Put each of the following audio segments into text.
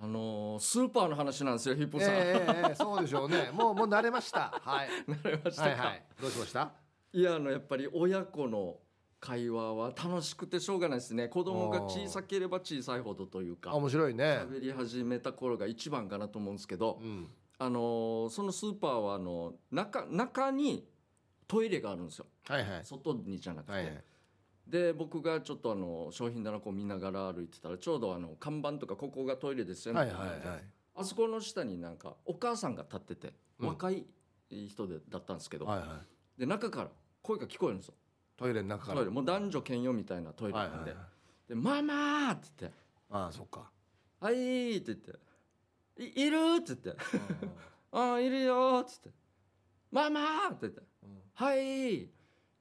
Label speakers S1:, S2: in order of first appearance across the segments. S1: スーパーの話なんですよヒップ
S2: え
S1: さん、
S2: ええええそうでしょうね。もうもう慣れました。はい。
S1: 慣れましたか、
S2: はいいはい。どうしました？
S1: やあのやっぱり親子の会話は楽しくてしょうがないですね子供が小さければ小さいほどという
S2: あ
S1: か
S2: 面白いね。
S1: 喋り始めた頃が一番かなと思うんですけど、
S2: うん。
S1: あのーそのスーパーはあの中中にトイレがあるんですよ
S2: はいはい。
S1: 外にじゃなくて、
S2: はいはい。
S1: で僕がちょっとあの商品棚こう見ながら歩いてたらちょうどあの看板とかここがトイレですよね、
S2: はいはいはい。
S1: あそこの下になんかお母さんが立ってて
S2: うん
S1: 若い人でだったんですけど、
S2: はいはい。
S1: で中から声が聞こえるんですよ
S2: トイレの中から。
S1: トイレもう男女兼用みたいなトイレ
S2: は
S1: ない
S2: はい
S1: ん
S2: は
S1: で「
S2: い。
S1: でママ!」って言って
S2: ああそっか。
S1: 「はい」って言って「いいる?」って言って「あいるよ」って言って「ママ!」って言って「はい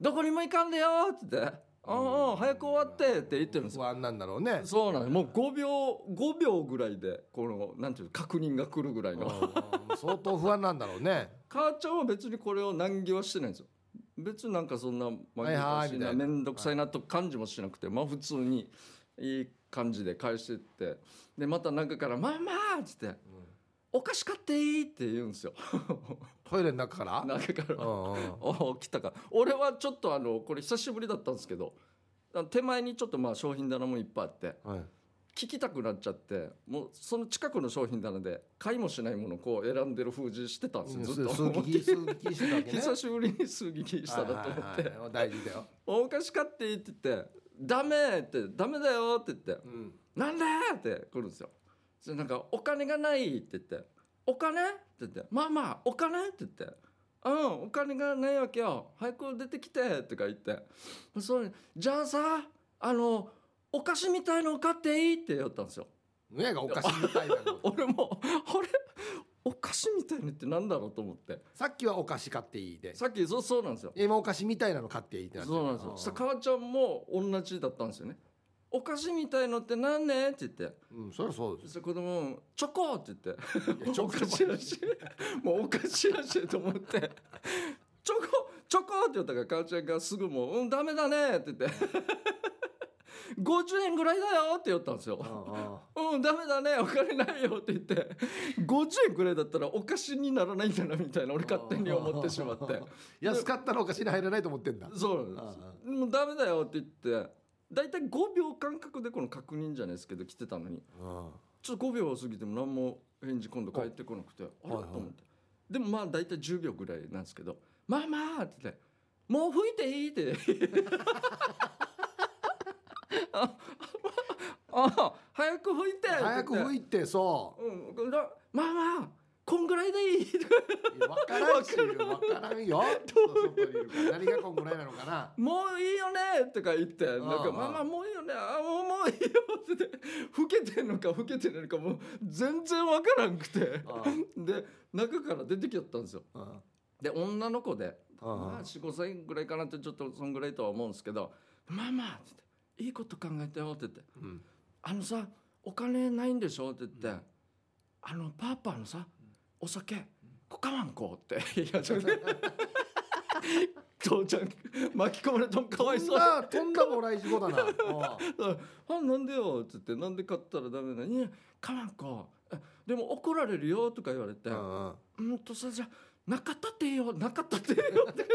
S1: どこにも行かんでよ」って言って「ああ早く終わって」って言ってるんですよ
S2: 不安なんだろうね。
S1: そうなんですもう5秒5秒ぐらいでこのなんていうの確認が来るぐらいの
S2: うん相当不安なんだろうね。
S1: 母ちゃんは別にこれを難儀はしてないんですよ別になんかそんな
S2: いはい
S1: しい
S2: み
S1: な
S2: た
S1: い
S2: な
S1: 面倒くさいなと感じもしなくてまあ普通にいい感じで返してってでまた中から「まあまあ」っつって「お菓子買っていい」って言うんですよ
S2: トイレの中から。
S1: 中か
S2: う
S1: ら
S2: んうん。
S1: 「おお来たか」俺はちょっとあのこれ久しぶりだったんですけどあの手前にちょっとまあ商品棚もいっぱいあって
S2: はい。
S1: 聞きたくなっちゃってもうその近くの商品棚で買いもしないものをこう選んでる風じしてたんですよずっと
S2: 数撃数撃してたわけね。
S1: 久しぶりに数撃したなと思って、
S2: はいはいはい大事だよ。
S1: お菓子買っていいって言って「ダメ!」って「ダメだよ!」って言って
S2: うん。
S1: 「なんで?」って来るんですよ。それなんか「お金がない」って言って「お金?」って言って「まあまあお金?」って言って「うんお金がないわけよ早く出てきて」とか言って「そうじゃあさあのお菓子みたいのを買っていい?」って言ったんですよ。
S2: 親がおかしいみたいな の。
S1: 俺も「あれお菓子みたいのってなんだろう?」と思って
S2: さっきはお菓子買っていいで。
S1: さっきそうそうなんですよ。
S2: 今お菓子みたいなの買っていいってなってる
S1: そうなんですよ。そした
S2: あ
S1: ら母ちゃんも同じだったんですよね。お菓子みたいのって何ねって言って。
S2: ーうん、そりゃそうで
S1: そ
S2: す。
S1: したら子供もチョコって言って。
S2: やチョコ
S1: お菓子らしい。もうお菓子らしいと思って。チョコチョコって言ったから母ちゃんがすぐもう「うんダメだね」って言って「50円ぐらいだよ」って言ったんですよ。うんダメだねお金ないよって言って50円ぐらいだったらお菓子にならないんだなみたいな俺勝手に思ってしまって。
S2: 安かったらお菓子に入らないと思ってんだ。
S1: そうなん
S2: あ
S1: です。もうダメだよって言って、だいたい5秒間隔でこの確認じゃないですけど来てたのに、ちょっと5秒過ぎても何も返事今度返ってこなくて、あれと
S2: はい
S1: 思
S2: はい
S1: って。でもまあだいたい10秒ぐらいなんですけど、まあまあって言って、もう吹いていいって。 あ、ああ、早く吹いてって言って。
S2: 早く吹いてそ
S1: うん、だまあまあ、こんぐらいでいい。
S2: う。いやわからんし、わからんよ。外にいるから何がこんぐらいなのかな。
S1: もういいよねとか言って、なん
S2: ああ
S1: か、ママもういいよね、あもうもういいよって言って、老けてんのか老けてないのか、もう全然わからんくて。で、中から出てきちゃったんですよ。
S2: うん
S1: で、女の子で、
S2: うん
S1: まあ、4、5歳ぐらいかなって、ちょっとそんぐらいとは思うんですけど、ママって言って、いいこと考えてよって言って、
S2: うん
S1: あのさ、お金ないんでしょって言って、あの、パパのさ、お酒、こかわんこうって、いや、ちょっと、父ちゃん、巻き込まれとんかわいそう。
S2: なとんだもらい事故だな。うん
S1: あなんでよ」っつって「なんで買ったらダメなの?」いや買わんかえでも怒られるよ」とか言われて「うん
S2: うんうん
S1: んとさじゃなかったっていいよなかったっていいよ」 って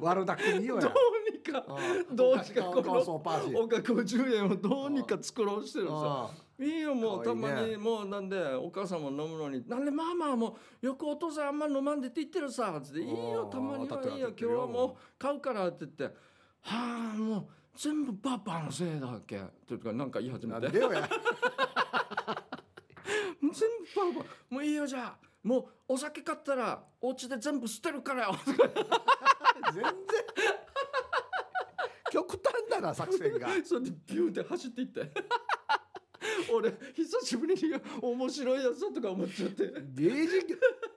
S2: 悪だけによ
S1: ど
S2: や。
S1: うにか
S2: うん
S1: どうにかこ
S2: お菓子買おう買おう
S1: の
S2: そうパーシー
S1: おかこ10円をどうにか作ろうしてるんですよ。
S2: あ
S1: いいよもう
S2: か
S1: た
S2: わいい
S1: ま
S2: ね
S1: にもうなんでお母さんも飲むのになんでママはもうよくお父さんあんま飲まんでって言ってるさつっていい
S2: あ
S1: よ
S2: ー
S1: たまに
S2: 当たって
S1: はい
S2: る
S1: いよ
S2: 当たっ
S1: 今
S2: てる
S1: 日
S2: よ
S1: はもう買うからって言ってはあもう全部パパのせいだっけっていうかなんか言い始
S2: あな
S1: め
S2: ん
S1: て
S2: でよや。
S1: 全部パパもういいよじゃあもうお酒買ったらお家で全部捨てるから よ
S2: 全然。極端だな作戦が。
S1: それでビューって走っていって 俺久しぶりに面白いやつだとか思っちゃって
S2: 芸人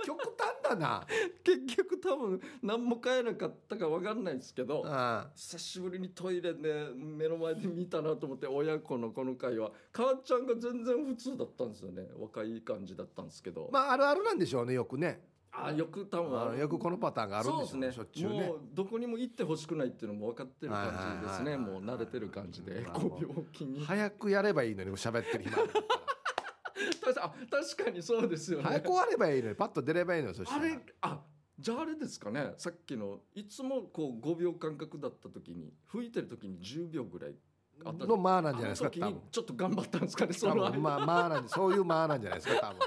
S2: 極端だな。
S1: 結局多分何も買えなかったか分かんないですけど
S2: うん。
S1: 久しぶりにトイレで目の前で見たなと思って親子のこの会話母ちゃんが全然普通だったんですよね若い感じだったんですけど、
S2: まああるあるなんでしょうねよくね。
S1: ああよく多分
S2: あのよくこのパターンがあるんでしょ
S1: そうう
S2: ね。
S1: で
S2: し
S1: す
S2: ょ
S1: ね
S2: っちゅうね。
S1: もうどこにも行ってほしくないっていうのも分かってる感じです
S2: は
S1: ね
S2: いはいはい
S1: もう慣れてる感じで
S2: うん
S1: 5秒おきに
S2: 早くやればいいのにもう喋ってる暇あるから
S1: 確かかさあ確かにそうですよね、
S2: 早く終わればいいのにパッと出ればいいのよそした
S1: あ
S2: ら
S1: れあじゃああれですかねさっきのいつもこう5秒間隔だった時に吹いてる時に10秒ぐらいあった
S2: のまあなん
S1: あ
S2: じ
S1: の
S2: ゃないですか
S1: 時
S2: 多
S1: に
S2: 分
S1: ちょっと頑張ったんですかねそ
S2: 多
S1: の間
S2: 分まあまあなんそういうまあなんじゃないです か多分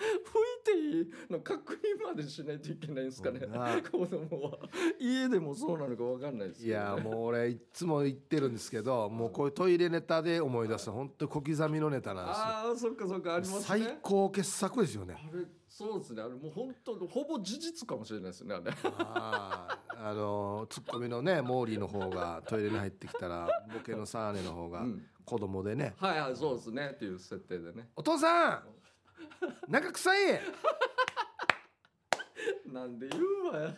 S1: 吹いていいの確認までしないといけないんですかね、
S2: うんあ
S1: 子供は家でもそうなのかわかんないです
S2: い
S1: けどね、
S2: やもう俺いっつも言ってるんですけどもうこういうトイレネタで思い出すと本当小刻みのネタなんですよ
S1: ああそっかそっかあります
S2: 最
S1: ね
S2: 高傑作ですよ
S1: あ
S2: ね
S1: れそうですねあれもう本当ほぼ事実かもしれないですねあれ
S2: あーあのツッコミのねモーリーの方がトイレに入ってきたらボケのサーネの方が
S1: うん
S2: 子供でね
S1: はいはいそうですねっていう設定でね
S2: 「お父さんなんか臭い!
S1: なんで言うわよ」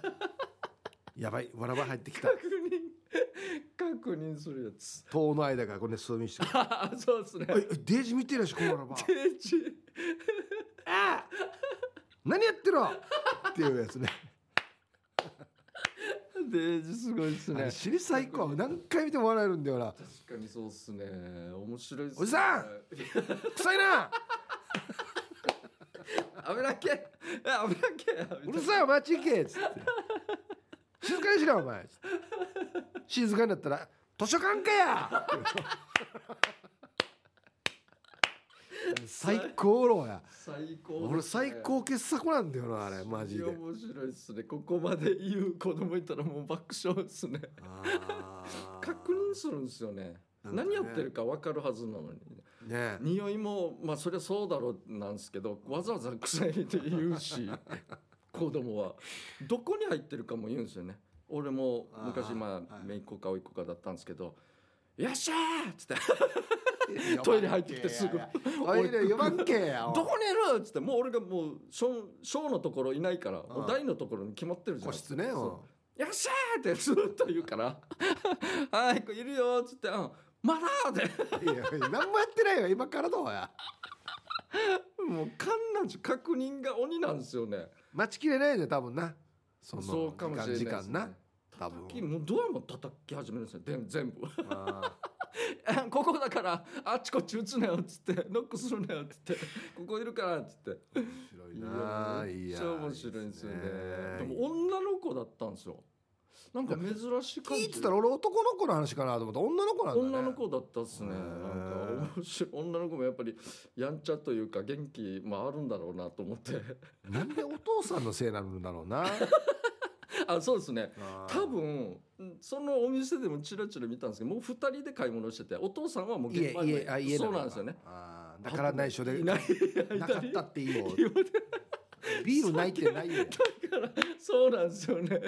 S2: やばいわらば入ってきた
S1: 確認確認するやつ
S2: 遠の間からこれね素見して
S1: ああそうですね
S2: おいおいデージ見てるやしこのわ らば
S1: 定置
S2: 何やってるのっていうやつね
S1: デージすごいです
S2: あ
S1: ね
S2: れ尻最高何回見ても笑えるんだよな
S1: 確かにそうっすね面白いっすね
S2: おじさん臭いな
S1: 危なっけえ危なっけみたいうな
S2: るさいお前あっち行けっつって静かにしろお前静かになったら図書館かや最高ろや
S1: 最高ですね
S2: 俺最高傑作なんだよなあれマジで
S1: 面白いっすねここまで言う子供いたらもう爆笑っすね
S2: あー
S1: 確認するんですよね
S2: なんかね
S1: 何やってるか分かるはずなのに
S2: ね
S1: 匂いもまあそりゃそうだろうなんですけどわざわざ臭いって言う し子供はどこに入ってるかも言うんですよね俺も
S2: あ
S1: 昔
S2: ー
S1: まあ
S2: はい
S1: 姪っ子か甥っ子かだったんですけど「よっしゃー!」っつって
S2: ト
S1: トイレ入ってきてすぐ
S2: トイレ4番けや
S1: 「どこにいる?」っつってもう俺がもう小小のところいないから
S2: ん
S1: お題のところに決まってるじゃ
S2: 個
S1: ないです
S2: 室
S1: か
S2: ね
S1: そう
S2: よ
S1: よっしゃーってずっと言うから 「はいこれいるよ」っつって「うんまだ!」って
S2: いや何もやってないよ今からどうや
S1: もうカンナジ確認が鬼なんですよね
S2: 待ちきれないね多分なその
S1: そうかもしれないです
S2: 時
S1: ね
S2: 間時間な多分
S1: 叩きもうドアも叩き始めるんですよ全全部
S2: あ
S1: え ここだからあっちこっち打つなよっつってノックするなよっつって ここいるからっつって
S2: ー面白いなあ
S1: め
S2: い
S1: っ
S2: や
S1: ちゃ面白いんですよねで
S2: いい
S1: も女の子だったんですよなんか珍しか
S2: 聞いてたら俺男の子の話かなと思った女の子なんだね
S1: 女の子だったっすね
S2: へ
S1: な
S2: ー
S1: んか面白い女の子もやっぱりやんちゃというか元気もあるんだろうなと思って
S2: なんでお父さんのせいなんだろうな
S1: あそうですね
S2: あー
S1: 多分うんそのお店でもチラチラ見たんですけどもう二人で買い物しててお父さんはもう
S2: 家
S1: 現場に
S2: 家あ家
S1: そうなんですよね
S2: あーだから内緒で
S1: いないい
S2: なかったっていいよ
S1: 言われ
S2: ビールないってな いよ
S1: たからそうなんですよね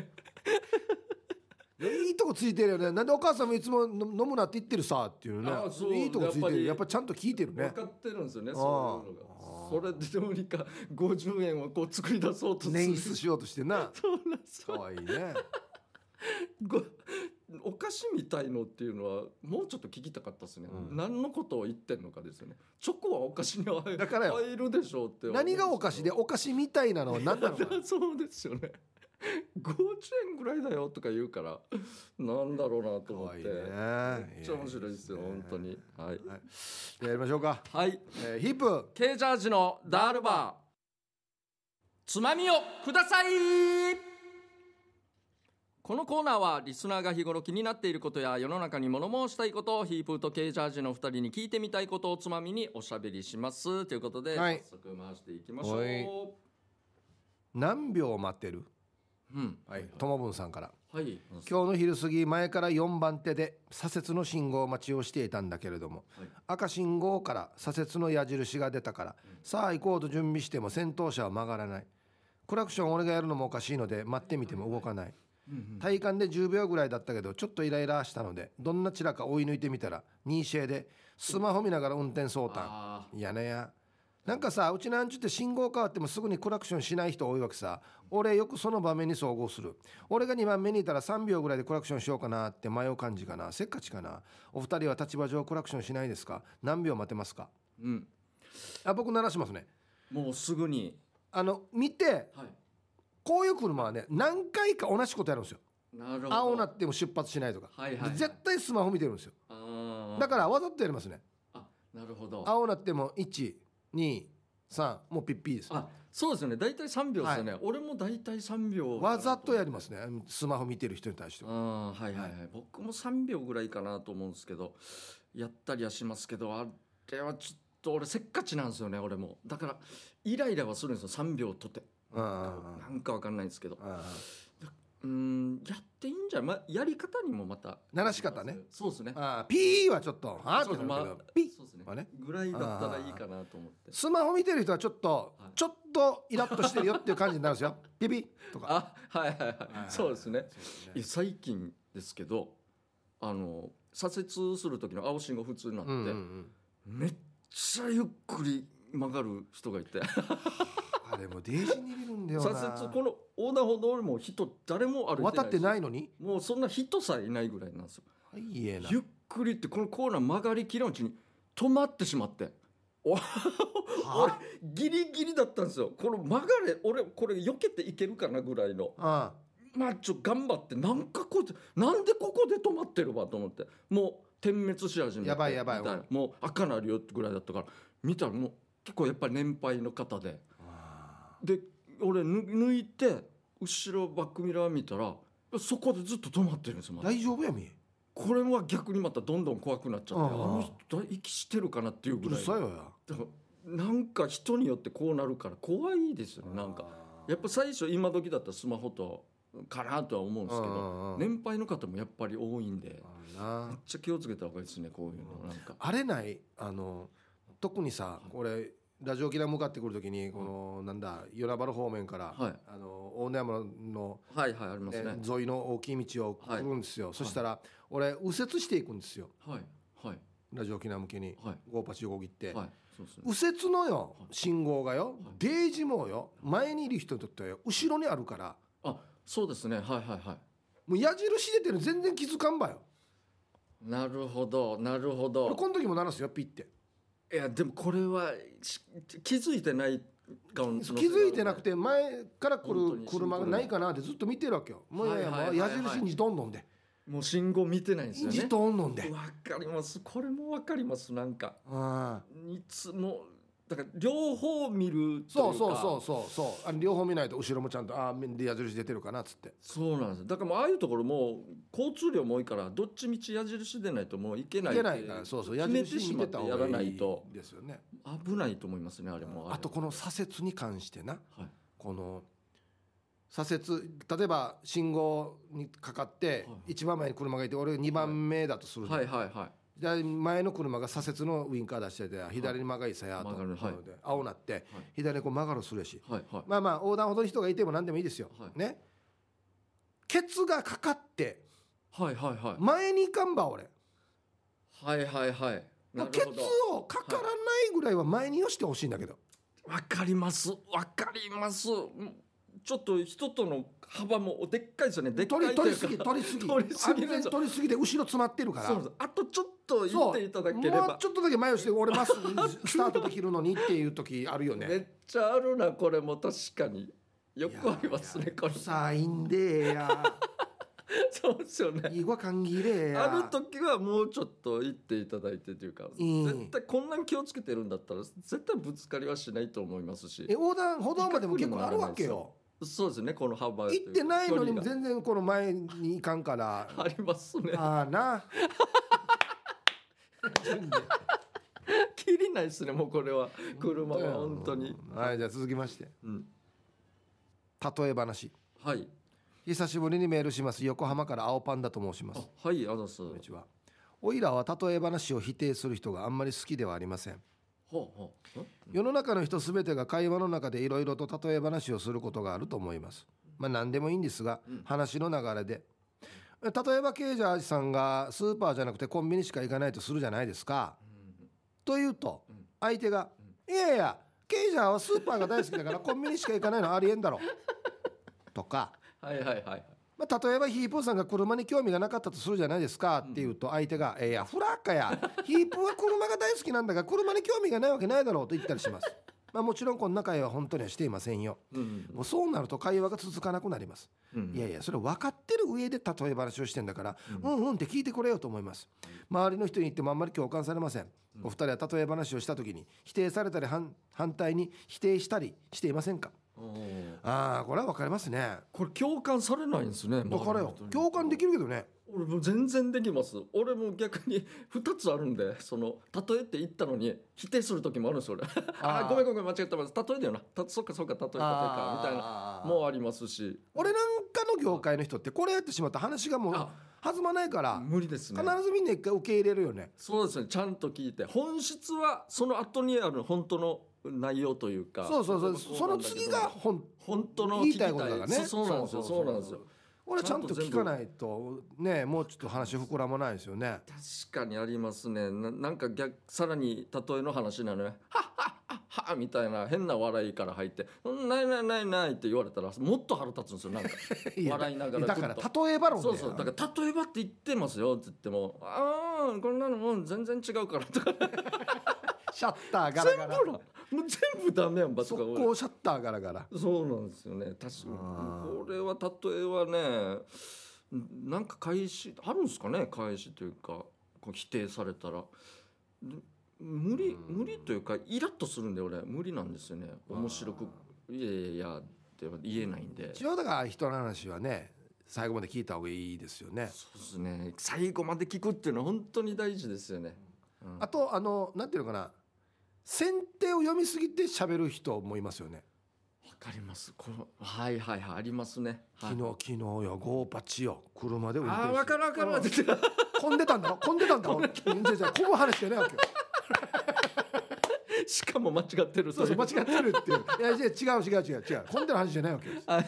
S2: いいとこついてるよねなんでお母さんもいつも飲飲むなって言ってるさっていうね
S1: あーそう
S2: いいとこつ
S1: や
S2: いて
S1: っぱ
S2: る
S1: り
S2: やっぱちゃんと聞いてる
S1: 分
S2: ね
S1: かってるんですよね
S2: あー
S1: そういうの
S2: あー
S1: がそれでどうにか50円をこう作り出そうとする
S2: 捻出しようとしてな
S1: そうなんです
S2: かわいい ね
S1: ごお菓子みたいのっていうのはもうちょっと聞きたかったですね、
S2: うん
S1: 何のことを言ってんのかですよねチョコはお菓子に入
S2: だからよ
S1: 入るでしょうって思うんす
S2: 何
S1: よ
S2: がお菓子でお菓子みたいなのは何なのかな
S1: そうですよね50円ぐらいだよとか言うからなんだろうなと思
S2: 可
S1: っ
S2: 愛
S1: て
S2: いね。
S1: めっちゃ面白いですよ
S2: ね
S1: 本当にはい、
S2: はいじゃあやりましょうか。
S1: はい、
S2: えー、ヒップ。
S1: K ジャージのダールバーつまみをくださいこのコーナーはリスナーが日頃気になっていることや世の中に物申したいことをヒープーと K ジャージの2人に聞いてみたいことをつまみにおしゃべりしますということで、
S2: はい
S1: 早速回していきましょう、
S2: はい何秒待ってる。
S1: うん
S2: はい。ともぶんさんから。
S1: はい
S2: 今日の昼過ぎ前から4番手で左折の信号待ちをしていたんだけれども、
S1: はい
S2: 赤信号から左折の矢印が出たから、さあ行こうと準備しても先頭車は曲がらないクラクション俺がやるのもおかしいので待ってみても動かない、体感で10秒ぐらいだったけどちょっとイライラしたのでどんなちらか追い抜いてみたら2シェでスマホ見ながら運転相談
S1: あ
S2: いやねやなんかさうちなんちゅって信号変わってもすぐにクラクションしない人多いわけさ俺よくその場面に遭遇する俺が2番目にいたら3秒ぐらいでクラクションしようかなって迷う感じかなせっかちかなお二人は立場上クラクションしないですか何秒待てますか
S1: ーうん
S2: あ僕鳴らしますね
S1: もうすぐに
S2: あの見て
S1: はい
S2: こういう車はね何回か同じことやるんですよ
S1: なるほど
S2: 青なっても出発しないとか、
S1: はいはいはい
S2: 絶対スマホ見てるんですよ
S1: あー
S2: だからわざとやりますね
S1: あなるほど
S2: 青なっても1 23もうピッピーです
S1: あそうですよね大体3秒ですよね、俺も大体3秒
S2: わざとやりますすねスマホ見てる人に対しては
S1: あーはいはいはい、僕も3秒ぐらいかなと思うんですけどやったりはしますけどあれはちょっと俺せっかちなんですよね俺もだからイライラはするんですよ3秒とて
S2: うんうんうん
S1: なんかわかんないんですけど
S2: うんうん
S1: うんやっていいんじゃない、ま、やり方にもまた
S2: 鳴らし方ね
S1: そうですね
S2: あーピーはちょっとあーっ
S1: そ
S2: て
S1: うですね
S2: な
S1: ま
S2: るけ
S1: あ
S2: どピー
S1: そうです
S2: はね
S1: ねぐらいだったらいいかなと思って
S2: スマホ見てる人はちょっと
S1: はい
S2: ちょっとイラッとしてるよっていう感じになるんで すよピピとか
S1: あはいはいはい、
S2: はい
S1: そうですねい
S2: そう
S1: や
S2: ですね
S1: 最近ですけどあの左折する時の青信号普通になって、
S2: うんうんうん
S1: めっちゃゆっくり曲がる人がいて
S2: あれもデージにいるんだよ
S1: 左
S2: な
S1: 折この横断歩道も人誰も歩いてないし
S2: 渡ってないのに
S1: もうそんな人さえいないぐらいなんですよ
S2: いいえな
S1: ゆっくりってこのコーナー曲がりきらんうちに止まってしまって俺
S2: は
S1: ギリギリだったんですよこの曲がれ俺これ避けていけるかなぐらいの
S2: あ
S1: まあちょ頑張ってなんかこうやってなんでここで止まってるわと思ってもう点滅し始めて
S2: やばいやばい
S1: みたなもう赤なるよってぐらいだったから見たらもう結構やっぱり年配の方で
S2: あ
S1: で俺ぬ抜いて後ろバックミラー見たらそこでずっと止まってるんですよ、まだ
S2: 大丈夫やみ
S1: これは逆にまたどんどん怖くなっちゃってあ
S2: ああ
S1: の人息してるかなっていう
S2: う
S1: ぐ
S2: る
S1: らい
S2: さいよや
S1: だからなんか人によってこうなるから怖いですよねなんかやっぱ最初今時だったらスマホとかなとは思うんですけど
S2: ど
S1: 年配の方もやっぱり多いんでめっ
S2: な
S1: ちゃ気をつけた方がいいですねこういうのなんか
S2: あれないあの特にさ俺ラジオ沖縄向かってくるときにこのなんだ与那原方面から
S1: はい
S2: あの大野山の
S1: はいはいありますね
S2: え沿いの大きい道を来るんですよそしたら俺右折していくんですよ
S1: はいはい
S2: ラジオ沖縄向けに
S1: はい
S2: 5855切って
S1: はいそうですね
S2: 右折のよ
S1: はい
S2: 信号がよ
S1: はい
S2: デージもよ前にいる人にとってはよ後ろにあるから
S1: あそうですねはいはいはい
S2: もう矢印出てるの全然気づかんばよ
S1: なるほどなるほど
S2: 俺この時も鳴らすよピッて
S1: いやでもこれはし気づいてないかも
S2: 気づいてなく
S1: て
S2: て前から来
S1: 本当
S2: る
S1: に
S2: 車がないかなってずっと見てるわけよもういやいや
S1: はいはいは
S2: もう
S1: いは
S2: 矢
S1: い
S2: 印にどんどんで
S1: もう信号見てないんですよ
S2: じ
S1: ね
S2: どんどんで
S1: わかりますこれもわかりますなんか
S2: うん
S1: いつもだから両方見るとい
S2: そう
S1: か
S2: うそうそうそうそうあれ両方見ないと後ろもちゃんとああ矢印出てるかなっつって
S1: そうなんですよだからもうああいうところも交通量も多いからどっちみち矢印でないともういけない
S2: いけないからそうそう矢
S1: 決めて
S2: 印
S1: し
S2: 見
S1: まってて
S2: た方
S1: やら
S2: が
S1: ないい
S2: い
S1: と
S2: ですよね
S1: 危ないと思いますねあれも
S2: あとこの左折に関してな
S1: はい
S2: この左折例えば信号にかかって
S1: はい
S2: 一番前に車がいて俺2番目だとするじゃん
S1: はいはいはい
S2: 左前の車が左折のウインカー出してて左に曲がりさやと、
S1: 曲がるはい
S2: で青なって、左にこう曲がるするやし
S1: はいはい
S2: まあまあ横断歩道に人がいても何でもいいですよ、
S1: はい
S2: ねケツがかかって
S1: はいはいはい
S2: 前に行かんば俺
S1: はいはいはいなる
S2: ケツ
S1: ほど
S2: をかからないぐらいは前によしてほしいんだけど、
S1: わかりますわかりますうんちょっと人との幅もでっかいですよねでっか
S2: 取
S1: い
S2: り
S1: と
S2: 取
S1: い
S2: り
S1: うか
S2: すぎ取りすぎ
S1: 取りすぎ
S2: 安全取りすぎで後ろ詰まってるから
S1: そうそうあとちょっと言っていただけれ
S2: もう
S1: ば
S2: ちょっとだけ前をして俺まっすぐスタートできるのにっていう時ある よ
S1: め
S2: ね
S1: っちゃあるなこれも確かによくあります
S2: い
S1: ね
S2: や
S1: これ
S2: さあいいんでええ や
S1: そうですよね
S2: いいわ感ぎれええや
S1: ある時はもうちょっと言っていただいてというか、
S2: うん
S1: 絶対こんなに気をつけてるんだったら絶対ぶつかりはしないと思いますし
S2: え横断歩道までも結構あるわけよ
S1: そうですねこの幅
S2: 行ってないのにも
S1: 距離
S2: 全然この前に行かん から
S1: がありますね
S2: ああな
S1: 切りないですねもうこれは 車は本当に、
S2: はいじゃあ続きまして
S1: うん、
S2: 例え話
S1: はい
S2: 久しぶりにメールします横浜から青パンダと申します
S1: あはいあざっす
S2: こんに
S1: は
S2: ちはおいらは例え話を否定する人があんまり好きではありません
S1: あはあん
S2: 世の中の人すべてが会話の中でいろいろと例え話をすることがあると思います。まあ何でもいいんですが、
S1: うん
S2: 話の流れで。例えばケイジャーさんがスーパーじゃなくてコンビニしか行かないとするじゃないですか。というと
S1: うん
S2: 相手が「いやいやケイジャーはスーパーが大好きだからコンビニしか行かないのありえんだろ」とか、
S1: はいはいはいはい
S2: まあ、例えばヒープーさんが車に興味がなかったとするじゃないですかっていうと相手が「いやいやフラッカやヒープーは車が大好きなんだが車に興味がないわけないだろう」と言ったりします。まあ、もちろんこんな会話は本当にはしていませんよ
S1: うん
S2: もうそうなると会話が続かなくなります
S1: うん
S2: いやいやそれ分かってる上で例え話をしてんだから、うん、うんって聞いてくれよと思います周りの人に言ってもあんまり共感されませんお二人は例え話をした時に否定されたり反反対に否定したりしていませんか
S1: うん
S2: ああこれは分かりますね
S1: これ共感されないんですね
S2: だから
S1: 周り
S2: よ
S1: の人に
S2: 共感できるけどね
S1: 俺もう全然できます俺も逆に2つあるんでその例えて言ったのに否定する時もあるんです俺あ
S2: あー
S1: ごめんごめん間違ってます例えだよなたそっかそっか例え例えかみたいな
S2: な
S1: もうありますし
S2: 俺なんかの業界の人ってこれやってしまったら話がもう
S1: あ
S2: 弾まないから
S1: 無理ですね
S2: 必ずみんな一回受け入れるよね
S1: そうですねちゃんと聞いて本質はその後にある本当の内容というか
S2: そうそうそう
S1: 本
S2: そ
S1: 当のこ
S2: の
S1: となんだけ
S2: 次
S1: ど
S2: が本
S1: 本当の聞
S2: 言
S1: き
S2: い
S1: た
S2: た
S1: い
S2: いことだからね
S1: そうそうなんですよ
S2: そ
S1: そうう
S2: そうそう
S1: なんですよ
S2: 俺ちゃんと聞かないとねもうちょっと話膨らまないですよね
S1: 確かにありますねななんか逆さらに例えの話なの ね「はっはっはっは」みたいな変な笑いから入って「うんないないないない」って言われたらもっと腹立つんですよなんか
S2: いや
S1: 笑いながら
S2: だ
S1: ちょ
S2: か
S1: っ
S2: ら
S1: と
S2: 例えば論だ
S1: そ
S2: よ
S1: うそうだから例えばって言ってますよって言っても「ああこんなのもう全然違うから」とか
S2: シャッターガラ
S1: 全
S2: ガ
S1: 部な
S2: ラ
S1: もう全部ダメやんばとか
S2: 速
S1: 俺
S2: 攻シャッターガラガラ
S1: そうなんですよね確かに
S2: あー
S1: これは例えはねなんか返しあるんですかね返しというかこう否定されたらで無理
S2: うん
S1: 無理というかイラッとするんで俺無理なんですよね面白くいやいやって言えないんで
S2: 一応だから人の話はね最後まで聞いた方がいいですよね
S1: そうですね最後まで聞くっていうのは本当に大事ですよね、うん
S2: あとあのなんていうのかな先手を読みすぎて喋る人もいますよね
S1: わかりますこのはいはいはいありますね、はい、
S2: 昨日昨日よゴーパチよ車で運転
S1: ああ
S2: して
S1: 分かる分かる分かる
S2: 混んでたんだろ混んでたんだろ全然じゃあこぶ話してないわけよ
S1: しかも間違ってるとい
S2: そうそう間違ってるっていういやじゃあ違う違う違う 違う混んでる話じゃないわけよあ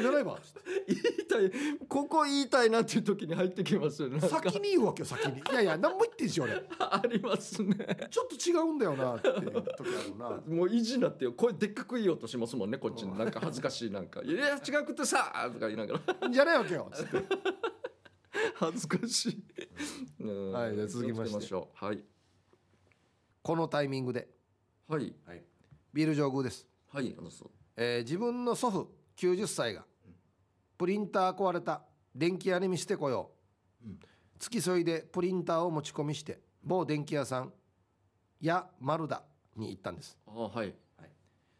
S2: じゃないわ
S1: 言いたいここ言いたいなっていう時に入ってきますよねなんか
S2: 先に言うわけよ先にいやいや何も言ってんし俺
S1: ありますね
S2: ちょっと違うんだよなっていう時あるな
S1: もう意地になってよ声でっかく言おうとしますもんねこっちになんか恥ずかしいなんか「いや違くてさ」とか言いながら
S2: じゃないわけよつって
S1: 恥ずかしい、うん
S2: はいじゃあ続きまして
S1: 気をつけょうはい
S2: このタイミングで
S1: はい
S2: ビール上宮です、
S1: はいあのそう
S2: えー自分の祖父90歳がプリンター壊れた電気屋に見せてこよう、
S1: うん
S2: 付き添いでプリンターを持ち込みして某電気屋さんや丸田に行ったんです
S1: あはい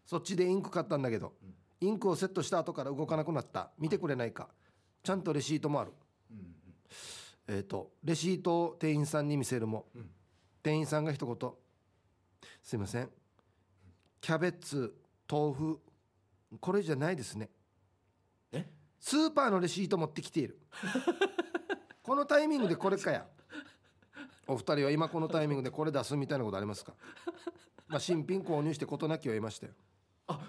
S2: そっちでインク買ったんだけど、インクをセットした後から動かなくなった。見てくれないか。ちゃんとレシートもある。えっ、と、レシートを店員さんに見せるも、
S1: うん
S2: 店員さんが一言、すいません。キャベツ、豆腐、これじゃないですね。
S1: え
S2: スーパーのレシート持ってき ている。このタイミングでこれかや。お二人は今このタイミングでこれ出すみたいなことありますかまあ新品購入して事なきを得ましたよ。
S1: あ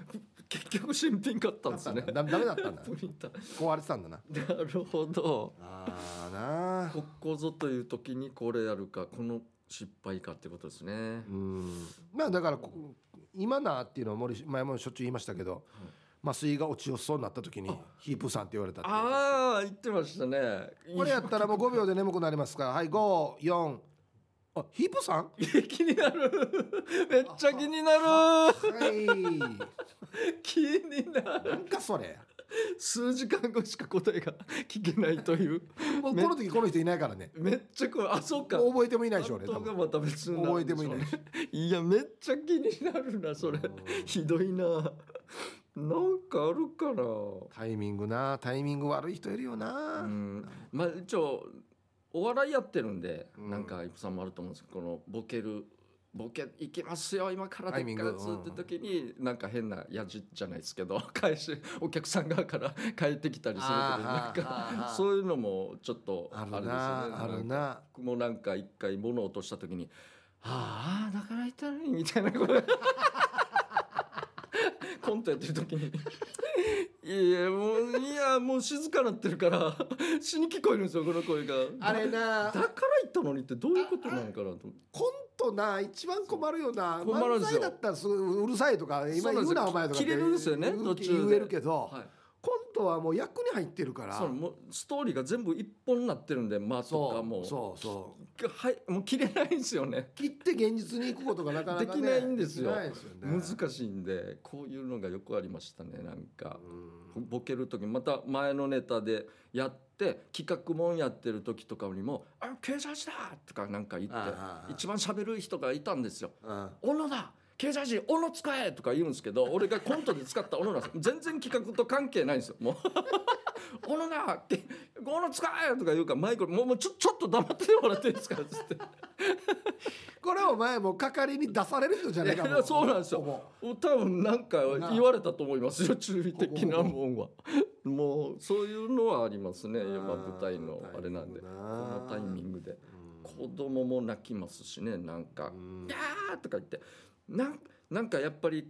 S1: 結局新品買ったんですね
S2: ダメダメだ ったんだ
S1: プリンター
S2: 壊れてた んだな
S1: なるほど
S2: ああなあ
S1: ここぞという時にこれやるかこの失敗かってことですね
S2: うんまあだからこ今なあっていうのは森前もしょっちゅう言いましたけど、まあ麻酔が落ちよそうになった時にヒープさんって言われたって
S1: ああ言ってましたね
S2: これやったらもう5秒で眠くなりますからはい54あヒープさんは
S1: 気になる めっちゃ気になる
S2: い
S1: 気になる
S2: なんかそれ
S1: 数時間後しか答えが聞けないという
S2: もう
S1: め
S2: この時この人いないからね
S1: めっちゃ怖いあそうか
S2: 覚えてもいないでしょ
S1: 担
S2: 俺
S1: 当
S2: 多
S1: が
S2: 分
S1: また別になるんでしょうね
S2: 覚
S1: いやめっちゃ気になるなそれひどいななんかあるかな
S2: タイミングなあタイミング悪い人いるよなあ、
S1: うんまあ一応お笑いやってるんで、
S2: うん
S1: なんかイプさんもあると思うんですけどこのボケるボケいきますよ今から
S2: タ
S1: で
S2: イミ
S1: っ
S2: ン
S1: か
S2: グ
S1: いやつって時に、なんか変なやじじゃないですけど 返しお客さん側から帰ってきたりすると
S2: あーはーは
S1: か
S2: ー
S1: なん
S2: は
S1: か
S2: ー
S1: そういうのもちょっとあ
S2: あ
S1: れで
S2: る
S1: すよね
S2: なああ
S1: な
S2: る
S1: んか
S2: な
S1: 僕もなんか一回物を落とした時に「ああだから痛い」みたいなこと コントやってる時に「いやもういやもう静かなってるから死に聞こえるんですよこの声が」
S2: あれな
S1: だ
S2: あ
S1: から言ったのにってどういうことなのかなと思って
S2: コントな一番困るよな
S1: 困るん
S2: 漫
S1: ですよ
S2: 才だったらすごいうるさいとか今
S1: そうなんですよ
S2: 言うなお前とかって
S1: 切れるんですよね
S2: 言う
S1: 途中で
S2: 言えるけど、
S1: はい
S2: コンことはもう役に入ってるから
S1: そのもうストーリーが全部一本になってるんで間とかもう
S2: そうそう
S1: はいもう切れないんですよね
S2: 切って現実に行くことがなかなか、ね、
S1: できないんですよ
S2: できないですよね
S1: 難しいんでこういうのがよくありましたねなんか
S2: うん
S1: ボケる時また前のネタでやって企画もんやってる時とかにも「あ警察だ!」とかなんか言っ
S2: ああああ
S1: て一番喋る人がいたんですよ
S2: うん
S1: 「小野だ警察人小野使え!」とか言うんですけど俺がコントで使った小野なんです全然企画と関係ないんですよもう「小野だ!」って「小野使え!」とか言うからマイクもうもうちょちょっと黙っててもらっていいですかっつって
S2: これお前もう係に出される人じゃないかも
S1: そうなんですよ
S2: ほ
S1: 多分なんか
S2: な
S1: 言われたと思いますよ注意的なもんはもうそういうのはありますね
S2: ぼ
S1: 今舞台のあれなんでこのタイミングで子供も泣きますしねなんか「いやー!」とか言ってなんなんかやっぱり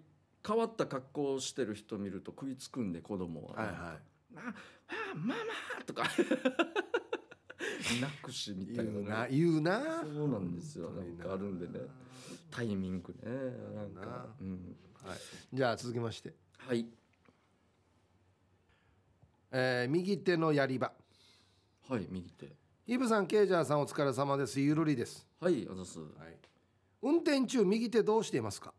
S1: 変わった格好をしてる人見ると食いつくんで子供は、
S2: はいは
S1: なああママ!」とか泣くしみ
S2: い
S1: たい
S2: 言う
S1: な
S2: な
S1: ね
S2: 言うな
S1: そうなんですよ
S2: 本当に
S1: な
S2: な
S1: んかあるんでねタイミングねなん
S2: な
S1: か、うん、
S2: はいじゃあ続きまして
S1: はい
S2: えー右手のやり場
S1: はい右手
S2: イブさんケイジャーさんお疲れ様ですゆるりです
S1: はいあざす
S2: 運転中右手どうしていますか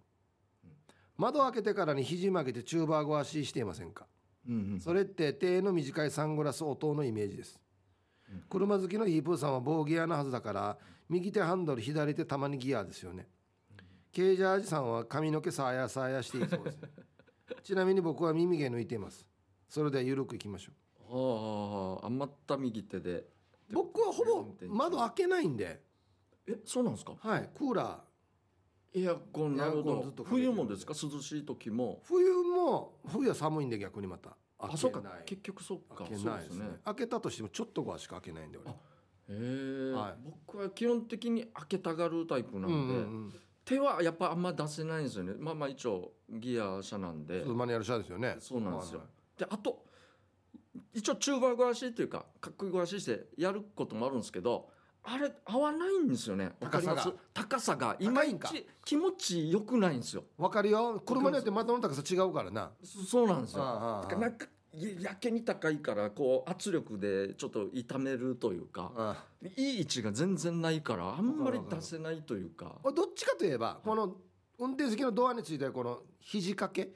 S2: 窓を開けてからに肘曲げてチューバーご足していませんか
S1: うんうん
S2: それって手の短いサングラス音のイメージです
S1: うん
S2: 車好きのヒープーさんは棒ギアなはずだから右手ハンドル左手たまにギアですよねケージャージさんは髪の毛さあやさあやしていそうです ねちなみに僕は耳毛抜いていますそれでは緩くいきましょ
S1: ああ余った右手で
S2: う僕はほぼ窓開けないんで
S1: えそうなんですか
S2: はいクーラー
S1: エアコンなるほ
S2: エアコンずっと
S1: ど
S2: かけてる
S1: 冬もですか涼しい時も
S2: 冬も冬は寒いんで逆にまた
S1: あそうか
S2: 開け
S1: 結局そうか
S2: 開け
S1: そう
S2: ない
S1: で
S2: ですす
S1: ね
S2: ね開けたとしてもちょっと後しか開けないんで俺
S1: あへえ、
S2: はい
S1: 僕は基本的に開けたがるタイプなん
S2: う
S1: で、
S2: んうん
S1: 手はやっぱあんま出せないんですよねまあまあ一応ギア車なん
S2: う
S1: で
S2: んそうマニュアル車ですよね
S1: そうなんですよ
S2: はい
S1: であと一応中盤ごらしっていうかかっこいいごらししてやることもあるんですけどあれ合わないんですよねわかります高さがいまい
S2: 高い
S1: ち気持ちよくないんですよ
S2: わかるよ車によって窓の高さ違うからな
S1: そそうなんですよ
S2: あ
S1: だからなんかややけに高いからこう圧力でちょっと痛めるというか
S2: ああ
S1: いい位置が全然ないからあんまり出せないというか
S2: あどっちかといえばこの運転席のドアについてはこの肘掛け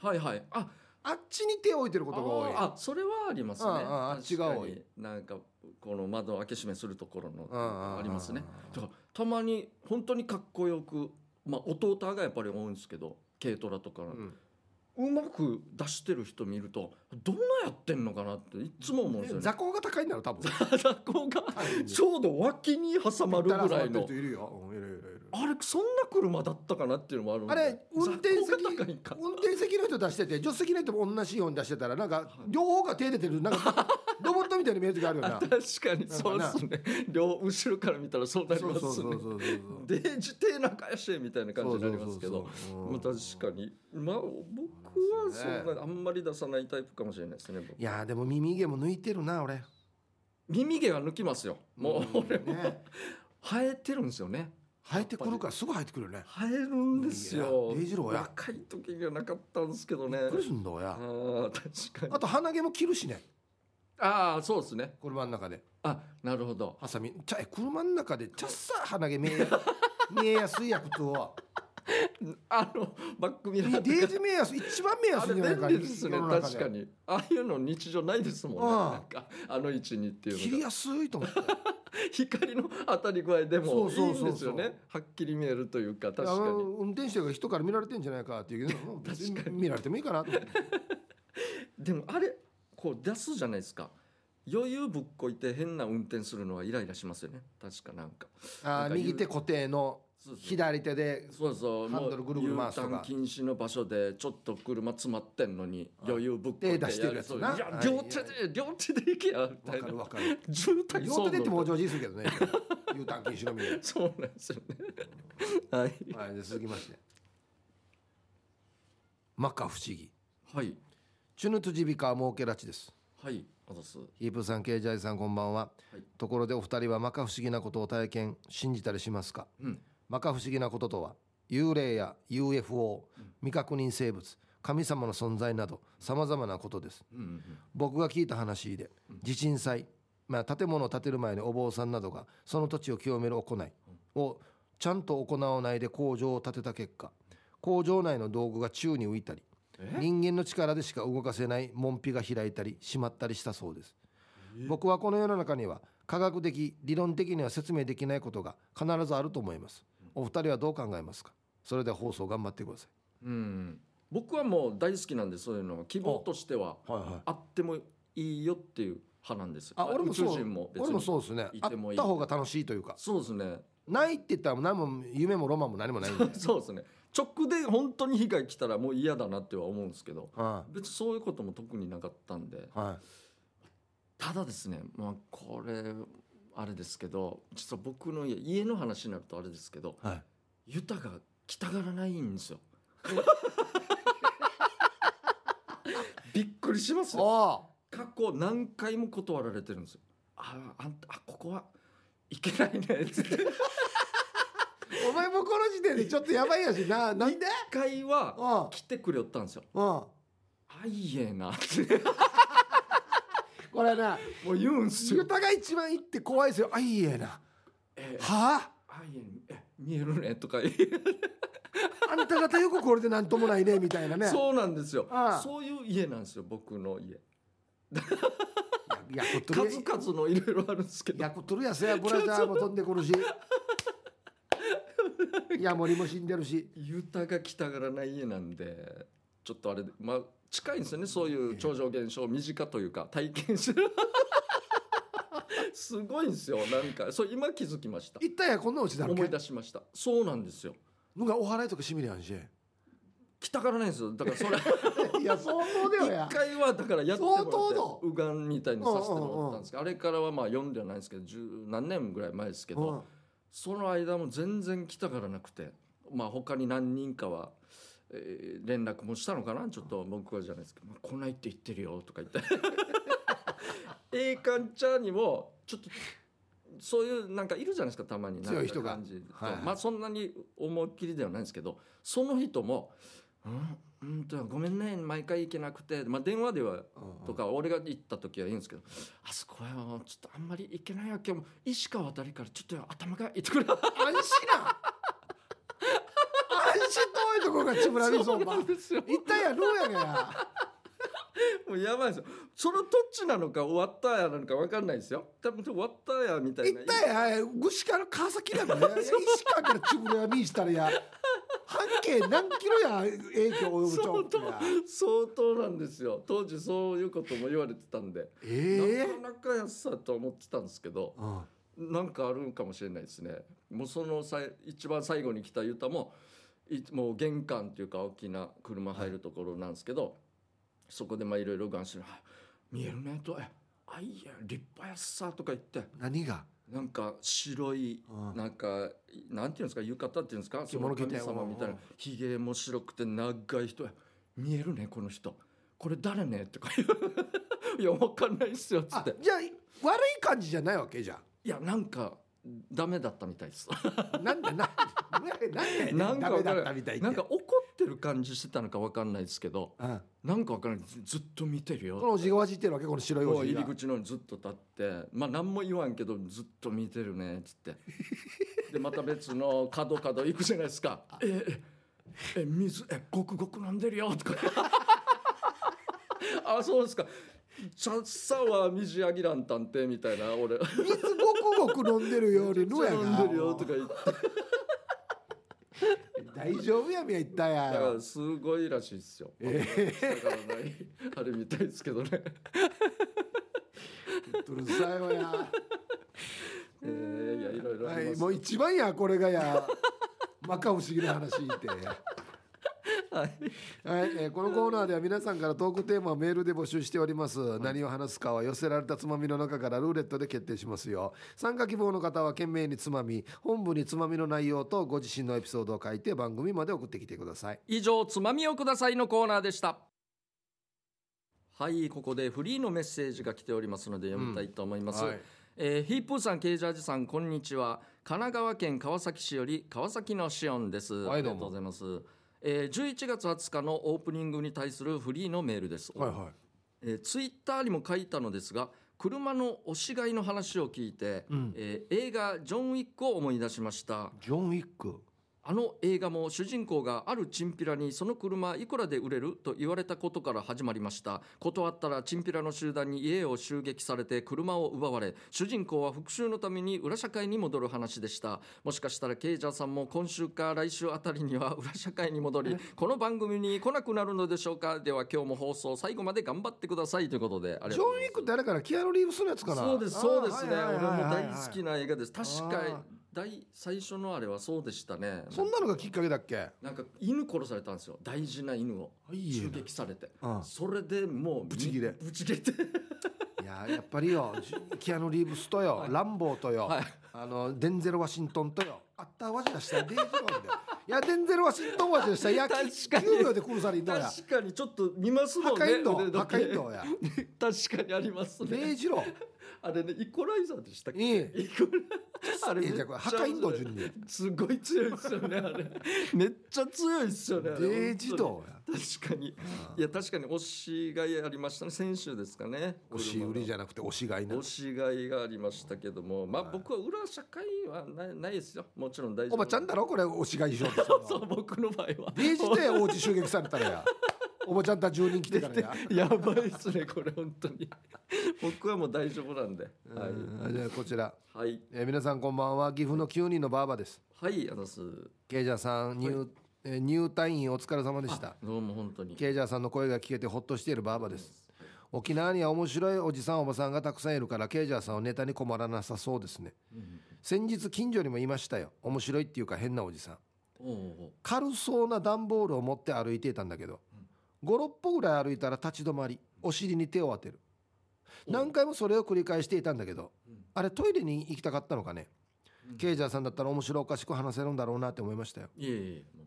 S1: はいはいあ
S2: あっちに手を置いてることが多い
S1: あーあそれはありますね
S2: うんうんあっちが多
S1: 確
S2: い
S1: かになんかこの窓を開け閉めするところの
S2: うんうんうん
S1: ありますねだからたまに本当にかっこよくまあ弟がやっぱり多いんですけど軽トラとかの
S2: うん
S1: うまく出してる人見るとどんなやってんのかなっていつも思うんですよね
S2: 座高が高いんだろ多 分
S1: 座高がちょうど脇に挟まるぐ
S2: だから座っ
S1: い
S2: てる
S1: の
S2: 人いるようんいるいるいる
S1: あれそんな車だったかなっていうのもあるんで
S2: あれ運転席
S1: 座高が高いんか
S2: 運転席の人出してて助手席の人も同じように出してたらなんか両方が手出てるなん かロボットみたいに見える時あるよな
S1: あ確かにそう
S2: な
S1: で
S2: んか
S1: すね両後ろから見たらそうなり
S2: そう
S1: ま
S2: そうそう
S1: す
S2: そ
S1: ね
S2: うそう
S1: で自邸仲良しみたいな感じになりますけど
S2: そう
S1: まあ
S2: そうそうそうう
S1: 確
S2: ん
S1: かにまあ僕はそんなあんまり出さないタイプかもしれないですね僕
S2: いやーでも耳毛も抜いてるな俺
S1: 耳毛は抜きますよもう俺も
S2: ね
S1: 生えてるんですよね
S2: 生えてくるからすぐ生えてくるよね
S1: 生えるんですよ
S2: いやデイジローや
S1: 若い時にはなかったんですけどね
S2: びっくりすんだ
S1: あ
S2: や
S1: ー確か
S2: あ
S1: に
S2: と鼻毛も切るしね
S1: ああそうですね
S2: 車の中で
S1: あなるほど
S2: ハサミちゃえ車の中でちゃっさ鼻毛見 え見えやすいやことは
S1: あのバックミラ
S2: デ
S1: ー
S2: ージ見えやすい一番見えや
S1: あ
S2: すい
S1: れ
S2: んじゃないか
S1: 便利ですね
S2: 世の中で
S1: 確かにああいうの日常ないですもんね
S2: うん
S1: なんかあの位置にっていうのが
S2: 切りやすいと思って
S1: 光の当たり具合でもいい
S2: そうんそうそうそう
S1: ですよねはっきり見えるというか確
S2: あ
S1: か
S2: の
S1: に
S2: 運転手が人から見られてんじゃないかっていうけど別に
S1: 確かに
S2: 見られてもいいかなと思って
S1: でもあれこう出すじゃないですか余裕ぶっこいて変な運転するのはイライラしますよね確かなんか
S2: あ
S1: なん
S2: ー
S1: か言う
S2: 右手固定の
S1: そうそう
S2: 左手で
S1: そうそう
S2: ハンドルぐるぐる回すとか
S1: U ターン禁止の場所でちょっと車詰まってんのに余裕ぶっこいてや
S2: 手出してるやつ
S1: そうい
S2: な
S1: や
S2: はい
S1: 両手で両手で行けやみ
S2: わ
S1: たい
S2: か
S1: な
S2: るわ かる
S1: 渋滞
S2: 両手でってもお
S1: も
S2: 上手にするけどね U ターン禁止のみで
S1: そうなんですよねはい
S2: はいで続きまして摩訶不思議
S1: はい
S2: チュヌトジビカー儲けラチです
S1: はいあざす
S2: ヒープーさんケイジャイさんこんばんは、
S1: はい
S2: ところでお二人は摩訶不思議なことを体験信じたりしますか
S1: うん
S2: 摩訶不思議なこととは幽霊や UFO 未確認生物神様の存在などさまざまなことです
S1: うんうん
S2: 僕が聞いた話で地鎮祭、まあ、建物を建てる前にお坊さんなどがその土地を清める行いをちゃんと行わないで工場を建てた結果工場内の道具が宙に浮いたり
S1: え
S2: 人間の力でしか動かせない門扉が開いたり閉まったりしたそうです
S1: え
S2: 僕はこの世の中には科学的理論的には説明できないことが必ずあると思いますお二人はどう考えますかそれでは放送頑張ってくださ
S1: うん僕はもう大好きなんでそういうのは希望としてはい
S2: はいはい
S1: あってもいいよっていう派なんです
S2: あ俺もそう
S1: 宇宙人も別に
S2: 俺もそうですね
S1: い
S2: あって
S1: もいい
S2: た方が楽しいというか
S1: そうですね
S2: ないって言ったら何も夢もロマンも何もないん で
S1: そうですね直で本当に被害来たらもう嫌だなっては思うんですけど
S2: は
S1: 別にそういうことも特になかったんで
S2: いは
S1: ただですねまあこれあれですけど実は僕の家家の話になるとあれですけど
S2: いはい
S1: ユタが来たがらないん ですよびっくりしますよ
S2: あ
S1: 過去何回も断られてるんですよああんたあここはいけないねっつって
S2: ーお前もこの時点でちょっとやばいやし ななんで
S1: 1回は
S2: あ
S1: 来てくれよったんですよ
S2: あ
S1: あいえなって
S2: これな
S1: もう言うんす
S2: ユ
S1: よ
S2: タが一番いいって怖いですよあいいえな
S1: え
S2: は
S1: あいええ見えるねとか言
S2: ああんた方よくこれで何ともないねみたいな
S1: う
S2: ね
S1: そうなんですよ
S2: ああ
S1: そういう家なんですよ僕の家
S2: いやことる
S1: 数々のいろいろあるんですけど
S2: ヤクトルやせやブラジャーも飛んで くるしヤモリも死んでるし
S1: ユタが来たがらない家なんでちょっとあれでまあ近いんですよねそういう超常現象身近というか体験してるすごいんですよなんかそう今気づきました
S2: 一体やこんな落ちだろ
S1: 思い出しましたそうなんですよ
S2: なんかお祓いとかしみりやんし
S1: 来たがらないんですよだからそれ
S2: いや相当だよや
S1: 一回はだからやってもらっ
S2: 相当
S1: てうがんみたいにさせてもらったんですけどあれからはまあ読んではないんですけど十何年ぐらい前ですけ
S2: う
S1: ど
S2: ん
S1: その間も全然来たからなくてまあ他に何人かは、えー連絡もしたのかなちょっと僕はじゃないですけど「まあ、来ないって言ってるよ」とか言って ええかんちゃんにもちょっとそういうなんかいるじゃないですかたまになんか
S2: 強い人が
S1: 感じと
S2: はいはい
S1: まあそんなに思いっきりではないんですけどその人も「うんうんとごめんね毎回行けなくて」まあ電話ではとか俺が行った時はいいんですけど「あそこはちょっとあんまり行けないわけも石川辺りからちょっと頭が痛くなっ
S2: 安心な安心遠いとこがチブラリソンば
S1: そうなんですよ
S2: 一体やろうやがや
S1: もうやばいですよそのどっちなのか終わったやなのか分かんないですよ多分終わったやみたい
S2: 一
S1: な
S2: 体やぐしから川 崎だからねいや石川からチブラや見したらや半径何キロや影響を及ぶちょ
S1: 相当
S2: っとや
S1: 相当なんですよ当時そういうことも言われてたんで、
S2: ええ
S1: なかなか安さと思ってたんですけど
S2: うん
S1: なんかあるんかもしれないですねもうそのさい一番最後に来た歌もいもう玄関っていうか大きな車入るところなんですけど、そこでまあいろいろ眼してあ見えるね」と「えあいいや立派やっさ」とか言って
S2: 何が
S1: なんか白い
S2: うん
S1: なんかなんていうんですか浴衣っていうんですか
S2: 着物着て
S1: その神様みたい
S2: うん
S1: なひげも白くて長い人見えるねこの人これ誰ねとか言う いやわかんないっすよっつっ
S2: あ
S1: て
S2: じゃあ悪い感じじゃないわけじゃ
S1: いやなんかダメだったみたいです
S2: んなんでなな
S1: なんん
S2: で
S1: かわ
S2: ダメだ
S1: か
S2: っ
S1: ら
S2: た
S1: な
S2: みたい
S1: い
S2: って
S1: なんか怒ってる感じしてたのかわかんないですけど
S2: うん、
S1: なんかわからないずずっと見てる
S2: こ
S1: よ
S2: のおじがわじってるわけこの白い
S1: も
S2: お
S1: う
S2: じ
S1: 入
S2: が
S1: り口の方にずっと立ってまあ何も言わんけどずっと見てるねっつってでまた別の角角行くじゃないですか 「ええええ水えごくごく飲んでるよ」とか「 あそうですか」チャッサは水やぎらん探偵みたいな俺
S2: 水ごくごく飲んでるよ うにのやが
S1: 飲んでるよとか言って
S2: 大丈夫やみや言っ
S1: だ
S2: た
S1: か
S2: や
S1: らすごいらしいですよ、だからないあれみたいですけどね
S2: うるさいわや
S1: えーいやいろいろあ
S2: は
S1: りま
S2: い
S1: す
S2: もう一番やこれがや 摩訶不思議な話言って
S1: はい
S2: はい、えーこのコーナーでは皆さんからトークテーマをメールで募集しております、何を話すかは寄せられたつまみの中からルーレットで決定しますよ参加希望の方は懸命につまみ本部につまみの内容とご自身のエピソードを書いて番組まで送ってきてください
S1: 以上「つまみをください」のコーナーでしたはいここでフリーのメッセージが来ておりますので読みたいと思います、
S2: はい
S1: えーヒープーさんケージャージさんこんにちは神奈川県川崎市より川崎のシオンです
S2: はいどうも
S1: ありがとうございますえー、11月20日のオープニングに対するフリーのメールです、
S2: はいはい
S1: えーツイッターにも書いたのですが車の押し買いの話を聞いて、
S2: うん
S1: えー映画「ジョン・ウィック」を思い出しました
S2: ジョン・ウィック
S1: あの映画も主人公があるチンピラにその車いくらで売れると言われたことから始まりました断ったらチンピラの集団に家を襲撃されて車を奪われ主人公は復讐のために裏社会に戻る話でしたもしかしたらケイジャーさんも今週か来週あたりには裏社会に戻りこの番組に来なくなるのでしょうかでは今日も放送最後まで頑張ってくださいということでありが
S2: ジ
S1: と
S2: ョ
S1: う
S2: ン
S1: ございます・
S2: ウィックってあれからキアヌ・リーブスのやつかな
S1: そうですそうですね、
S2: あーはいはいはいはい
S1: 俺も大好きな映画です確か
S2: あー
S1: 大最初のあれはそうでしたね
S2: そんなのがきっかけだっけ
S1: なんか犬殺されたんですよ大事な犬を
S2: いい
S1: 襲
S2: よ
S1: 撃されて
S2: うん
S1: それでもう
S2: ブチギレ
S1: ブチギレて
S2: いややっぱりよジキアヌ・リーブスとよ、ランボーとよ、
S1: はい
S2: あのデンゼル・ワシントンとよあったわじだしたらデイジローだよいやデンゼル・ワシントンわじだしたらいや
S1: 確
S2: き
S1: かに
S2: 9秒で殺されんのや
S1: 確かにちょっと見ますもん
S2: 赤
S1: ね
S2: いん
S1: 腕
S2: の
S1: 時
S2: 赤
S1: 計
S2: いんのや
S1: 確かにあります
S2: デイ
S1: ね
S2: ジロー
S1: あれねイコライザーでしたっけ
S2: いい
S1: イコラあれ
S2: いいじゃんこれ赤インド順に
S1: すごい強いですよねあ れめっちゃ強いですよねあれ
S2: デイジローや
S1: 確かにいや確かに推しがいありましたね先週ですかね
S2: 押し売りじゃなくて押し買いな
S1: 推しがいがありましたけども、まあ僕は裏社会はないないですよ。もちろん大丈夫。
S2: おばちゃんだろこれ押し買いしようと
S1: そう僕の場合は。
S2: デイジでおうち襲撃されたら やおばちゃんた10人来てからや
S1: やばいですねこれ本当に。僕はもう大丈夫なんで。は
S2: うんじゃあこちら、
S1: いはい
S2: えー皆さんこんばんは岐阜の9人のバーバです
S1: はいあざす。
S2: ケイジャーさん入,、えー入退院お疲れ様でした
S1: どうも本当に。
S2: ケイジャーさんの声が聞けてほっとしているバーバです沖縄には面白いおじさんおばさんがたくさんいるからケイジャーさんはネタに困らなさそうですね
S1: うん
S2: 先日近所にもいましたよ面白いっていうか変なおじさん
S1: おうおう
S2: 軽そうな段ボールを持って歩いていたんだけど56歩ぐらい歩いたら立ち止まりお尻に手を当てる
S1: うん
S2: 何回もそれを繰り返していたんだけど
S1: うん
S2: あれトイレに行きたかったのかね
S1: うん
S2: ケイジャーさんだったら面白おかしく話せるんだろうなって思いましたよ
S1: いえいえもう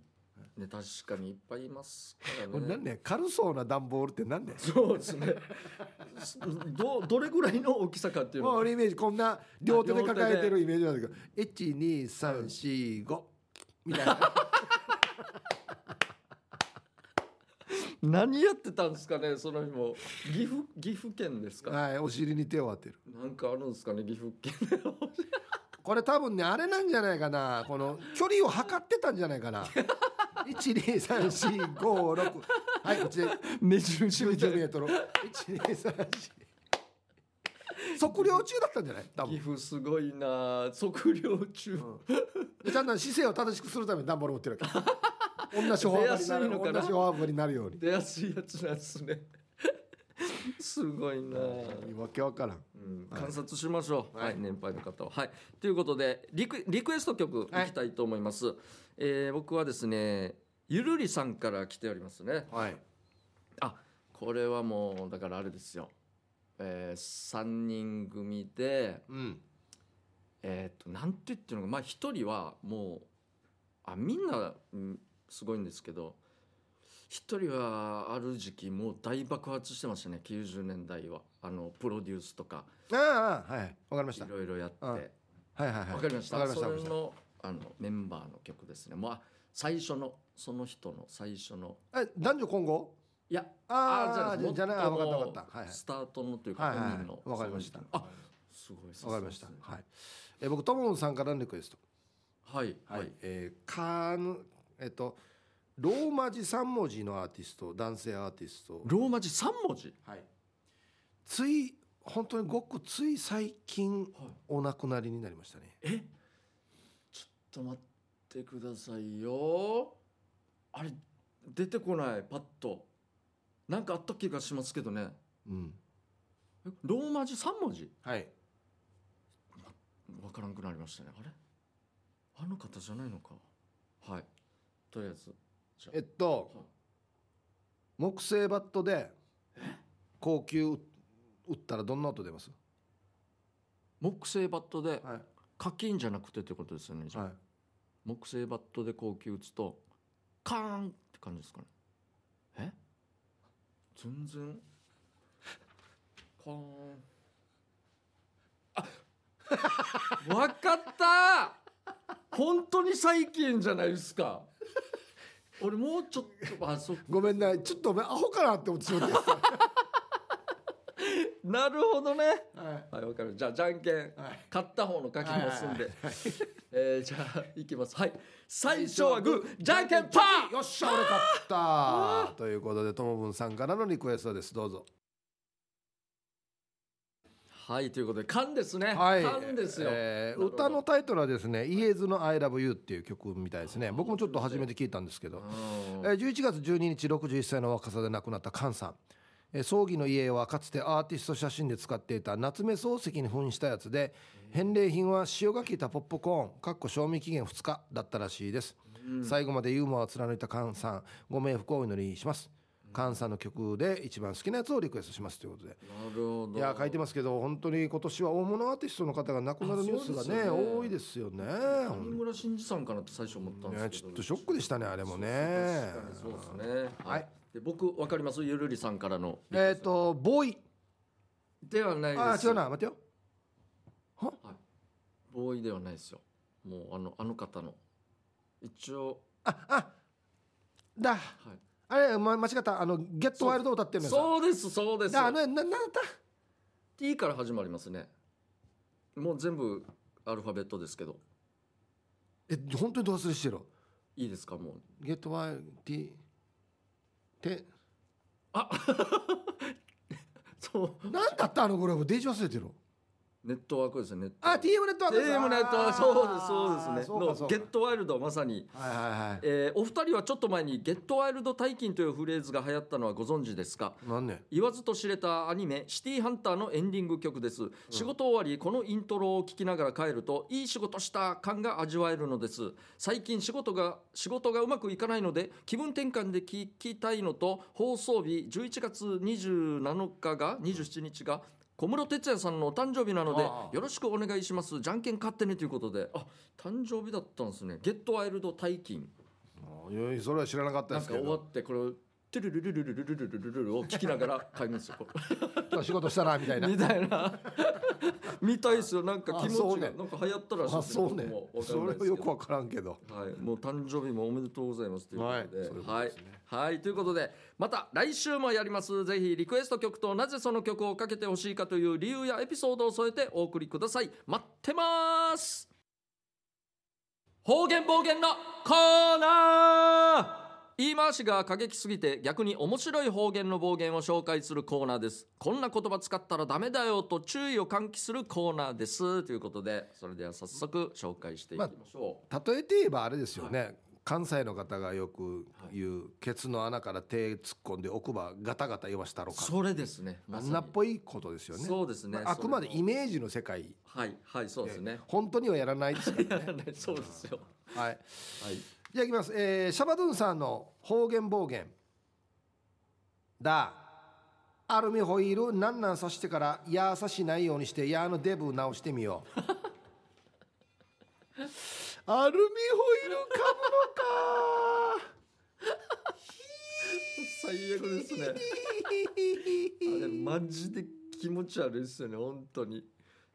S1: ね確かにいっぱいいますから
S2: これ
S1: ね
S2: 何。ね軽そうな段ボールって何ね
S1: そうですね。 どどれぐらいの大きさかっていうの
S2: もう
S1: は。
S2: 俺イメージこんな両手で抱えて
S1: 両
S2: るイメージなんだけど12345 みたいな
S1: 何やってたんですかねその日も岐阜岐阜県ですか。
S2: はいお尻に手を当てる
S1: なんかあるんですかね岐阜県
S2: これ多分ねあれなんじゃないかなこの距離を測ってたんじゃない かな12345はいこっちで
S1: 目印
S2: 1 9メートル1234測量中だったんじゃない多
S1: 岐
S2: 分
S1: 阜すごいな測量中、
S2: でちゃんと姿勢を正しくするために段ボール持ってるわ け同じフォアボにな
S1: 出やすいのか
S2: る
S1: な
S2: 同じフォアボになるように
S1: 出やすいやつなんですね すごいな、
S2: わけわからん
S1: うん観察しましょう、はい年配の方は。はい、ということでリクリクエスト曲いきたいと思います、えー僕はですねゆるりさんから来ておりますね
S2: はい
S1: あこれはもうだからあれですよ、え3人組で
S2: うん
S1: えーっとなんて言ってるのかまあ一人はもうあみんなうんすごいんですけど一人はある時期もう大爆発してましたね90年代はあのプロデュースとか
S2: ああはいわかりまし
S1: い
S2: たはい
S1: ろいろやって
S2: うん
S1: わ、
S2: はいはい
S1: かりました
S2: わか
S1: そ
S2: りましたわかり
S1: れ
S2: まし
S1: のあのメンバーの曲ですねもうあ最初のその人の最初の
S2: たえ男女混合
S1: いや
S2: あ
S1: ない
S2: あじゃあ
S1: です
S2: じゃないあ分かった
S1: もと
S2: 分かったはい
S1: スタートのというか
S2: はいはい
S1: 本人の
S2: わかりました
S1: あすごい
S2: わかりました
S1: そうですね
S2: はいえ僕トモンさんからのリクエスト
S1: はいはい、
S2: えーカーヌえっとローマ字三文字のアーティスト男性アーティスト
S1: ローマ字3文字、
S2: はいつい本当にごくつい最近
S1: はい
S2: お亡くなりになりましたね
S1: えちょっと待ってくださいよあれ出てこないパッとなんかあった気がしますけどね
S2: うん
S1: えローマ字3文字
S2: はい
S1: わからんくなりましたねあれあの方じゃないのかはいとりあえずじゃあ
S2: えっと
S1: はい
S2: 木製バットで高級打ったらどんな音出ます
S1: 木製バットで
S2: はい
S1: 課金じゃなくてってことですよねじゃあ、
S2: はい
S1: 木製バットで高級打つとカーンって感じですかねえ全然カーン あわかった本当に最近じゃないですか俺もうちょっとあそっ
S2: ごめんなちょっとお前アホかなって思ってしまったや
S1: なるほどね
S2: つはい
S1: はいわかるじゃあじゃんけん
S2: はい
S1: 買った方の書きますんで、
S2: はい
S1: えーじゃあいきますはい最初はグーじゃんけんパー
S2: よっしゃ俺勝ったということでともぶんさんからのリクエストですどう ぞ
S1: はいということで勘ですね、
S2: はい
S1: 勘ですよ、
S2: えー
S1: なるほど
S2: 歌のタイトルはですね「イエズの ILOVEYOU」っていう曲みたいですね僕もちょっと初めて聞いたんですけど、
S1: うん
S2: えー11月12日61歳の若さで亡くなった菅さん、えー葬儀の家はかつてアーティスト写真で使っていた夏目漱石に扮したやつで返礼品は塩が効いたポップコーンかっこ賞味期限2日だったらしいです、最後までユーモアを貫いた菅さんご冥福をお祈りします菅さんの曲で一番好きなやつをリクエストしますということで
S1: なるほど
S2: いや書いてますけど本当に今年は大物アーティストの方が亡くなるニュースがね
S1: あそうですよね
S2: 多いですよね。
S1: 上村真司さんかなって最初思ったんで
S2: ね
S1: すけど、
S2: ちょっとショックでしたねあれもね。
S1: 確かにそうですね
S2: はい
S1: で僕わかりますゆるりさんからの
S2: えっ、とボーイ
S1: ではない
S2: あ
S1: です
S2: 違うな待てよ
S1: ボーイではないですよもうあのあの方の一応
S2: ああだ
S1: はい
S2: あれ、ま、間違ったあのゲットワイルドを歌ってるのさ
S1: そうですそうです
S2: だあのななんだった
S1: T から始まりますねもう全部アルファベットですけど
S2: え本当にどう忘れしてる
S1: いいですかもう
S2: ゲットワイルドて
S1: そう
S2: なんだったあのグループデージ忘れてる
S1: ネットワークですねネット
S2: あ TM ネットワーク
S1: TM ネットワークそうですそうですね
S2: そうかそ
S1: の
S2: う
S1: ゲ
S2: か
S1: ットワイルドはまさに
S2: はいはいはい
S1: えーお二人はちょっと前に「ゲットワイルド大金」というフレーズが流行ったのはご存知ですか
S2: 何ね
S1: 言わずと知れたアニメ「シティーハンター」のエンディング曲です、仕事終わりこのイントロを聴きながら帰るといい仕事した感が味わえるのです最近仕事が仕事がうまくいかないので気分転換で聴きたいのと放送日11月27日が27日が小室哲哉さんのお誕生日なので
S2: ああ
S1: よろしくお願いしますじゃんけん勝ってねということであ誕生日だったんですねゲットワイルド大金
S2: あいやいやそれは知らなかった
S1: な
S2: で
S1: ん
S2: す
S1: か
S2: け
S1: 終わ
S2: ど
S1: ってこれをトゥルルルルルルルルルルルルを聞きながら帰るんですよ。こ
S2: 今日仕事したなみた い
S1: れ
S2: な
S1: みたい な。みたいですよ。なんか気持
S2: あそう
S1: ちが、
S2: ね
S1: なんか流行ったらしい
S2: あ
S1: ですね
S2: そうね
S1: 僕もわか
S2: そ
S1: んないです
S2: れは
S1: けど
S2: よくわからんけど
S1: はい、もう誕生日もおめでとうございますということで、
S2: はい
S1: は
S2: そ
S1: い、
S2: ういうこと
S1: はい
S2: ですね
S1: ということで、また来週もやります。ぜひリクエスト曲となぜその曲をかけてほしいかという理由やエピソードを添えてお送りください。待ってます。方言暴言のコーナー。言い回しが過激すぎて逆に面白い方言の暴言を紹介するコーナーです。こんな言葉使ったらダメだよと注意を喚起するコーナーです。ということで、それでは早速紹介していきましょう。
S2: 例えて言えばあれですよね、関西の方がよく言う、ケツの穴から手突っ込んで奥歯ガタガタ言わしたろか
S1: それですね。
S2: あ
S1: まさ
S2: ん
S1: に
S2: なっぽいことですよね
S1: そうですね。
S2: まあ、あくまでイ
S1: メ
S2: メージの世界
S1: はいはいそうですね。
S2: 本当にはやらないですか
S1: やらないそうですよ。
S2: らはい
S1: はい。
S2: じゃあいきます、えーシャバドゥンさんの方言暴言だアルミホイールなんなんさしてからやーさしないようにしてやーのデブ直してみよ うアルミホイールかぶのか
S1: 最悪ですね。あれ マジで気持ち悪いですよね本当に。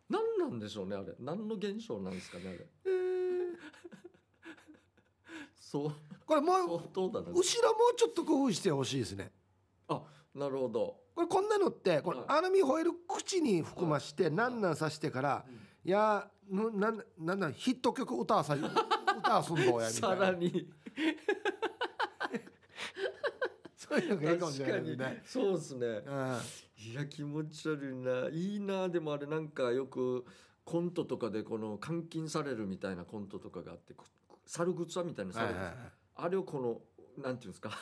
S1: 何なんでしょうねあれ。何の現象なんですかねあれ。そう
S2: これもう
S1: 相当だな。
S2: 後ろもうちょっと工夫してほしいですね
S1: あなるほど。
S2: これこんなのってこれ
S1: はい
S2: アルミホイル口に含ましてなんなんさしてから「いやーぬなんなんなんヒット曲歌わ さ歌わすんどうや」みた
S1: さ
S2: いな
S1: らに
S2: そういうのがいいかもし
S1: 確
S2: れな
S1: かに
S2: いですね。
S1: そうですね。
S2: うん
S1: いや気持ち悪いないいなでもあれなんかよくコントとかでこの監禁されるみたいなコントとかがあってこ猿グッズみたいなさ
S2: は
S1: れ
S2: いは
S1: る
S2: いはい
S1: あれをこのなんていうんですか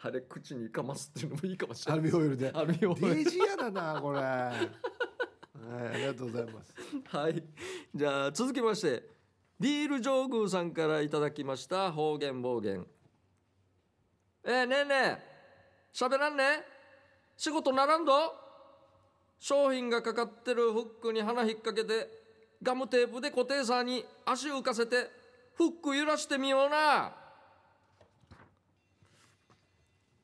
S1: あれ口にかますっていうのもいいかもしれ
S2: ア
S1: ない
S2: ルミホイルで。
S1: アルミを
S2: デージやだな これ。はいありがとうございます。
S1: はいじゃあ続きましてディール上宮さんからいただきました方言暴言えー、ねえねえ喋らんね仕事ならんど商品がかかってるフックに鼻引っ掛けてガムテープで固定さに足浮かせてフック揺らしてみような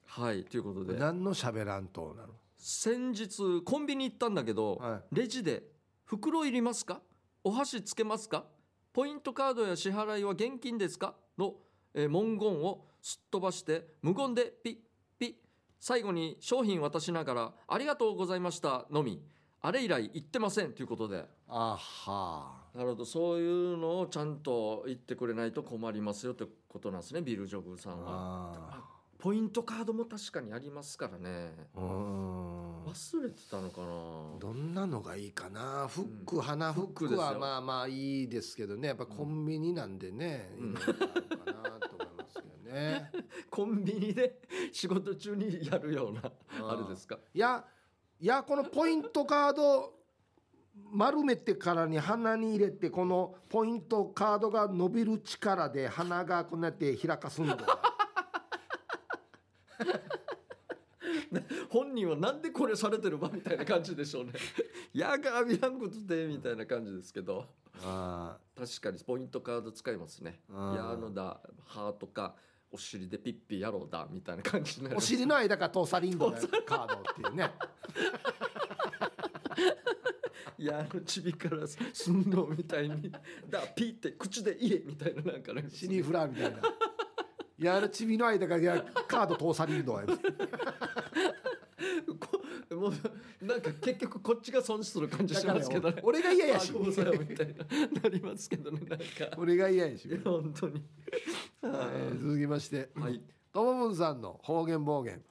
S1: はいということで
S2: 何の喋らんとなの。
S1: 先日コンビニ行ったんだけど、
S2: は
S1: レジで「袋いりますかお箸つけますかポイントカードや支払いは現金ですか?」のえー文言をすっ飛ばして無言でピッピッ最後に商品渡しながら「ありがとうございました」のみあれ以来言ってませんということで
S2: あは
S1: なるほどそういうのをちゃんと言ってくれないと困りますよってことなんですねビル・ジョブさんは。
S2: あ
S1: ポイントカードも確かにありますからね
S2: ーうーん
S1: 忘れてたのかな
S2: どんなのがいいかなフック、花フ
S1: フック
S2: ッ
S1: です
S2: ク
S1: よ
S2: はまあまあいいですけどねやっぱコンビニなんでね、
S1: うん
S2: いいのがあるかなと思いますけどね
S1: コンビニで仕事中にやるようなあれですか
S2: いやいやこのポイントカード丸めてからに鼻に入れてこのポイントカードが伸びる力で鼻がこうやって開かすんだ
S1: 本人はなんでこれされてるわみたいな感じでしょうね やが浴びらんことでみたいな感じですけど
S2: あ
S1: 確かにポイントカード使いますね「
S2: うん
S1: やのだ」「は」とか「お尻でピッピやろうだ」みたいな感じにな
S2: ー
S1: る
S2: お尻の間が通さりんごのカードっ ていうね
S1: やのちびからすすんのみたいに「だ」「ピ」って口で言えみたいななんかね
S2: シリフラーみたいな。やるちびの間がいやカード通さりんごや
S1: こもうなんか結局こっちが損失する感じ
S2: だ
S1: し
S2: から
S1: ま
S2: よ
S1: すけどね。
S2: 俺が嫌やし
S1: あごめんなさいみたいななりますけどねなんか
S2: 俺が嫌やし
S1: いや 本当に。
S2: えー続きまして、
S1: はい
S2: ともぶんさんの方言暴言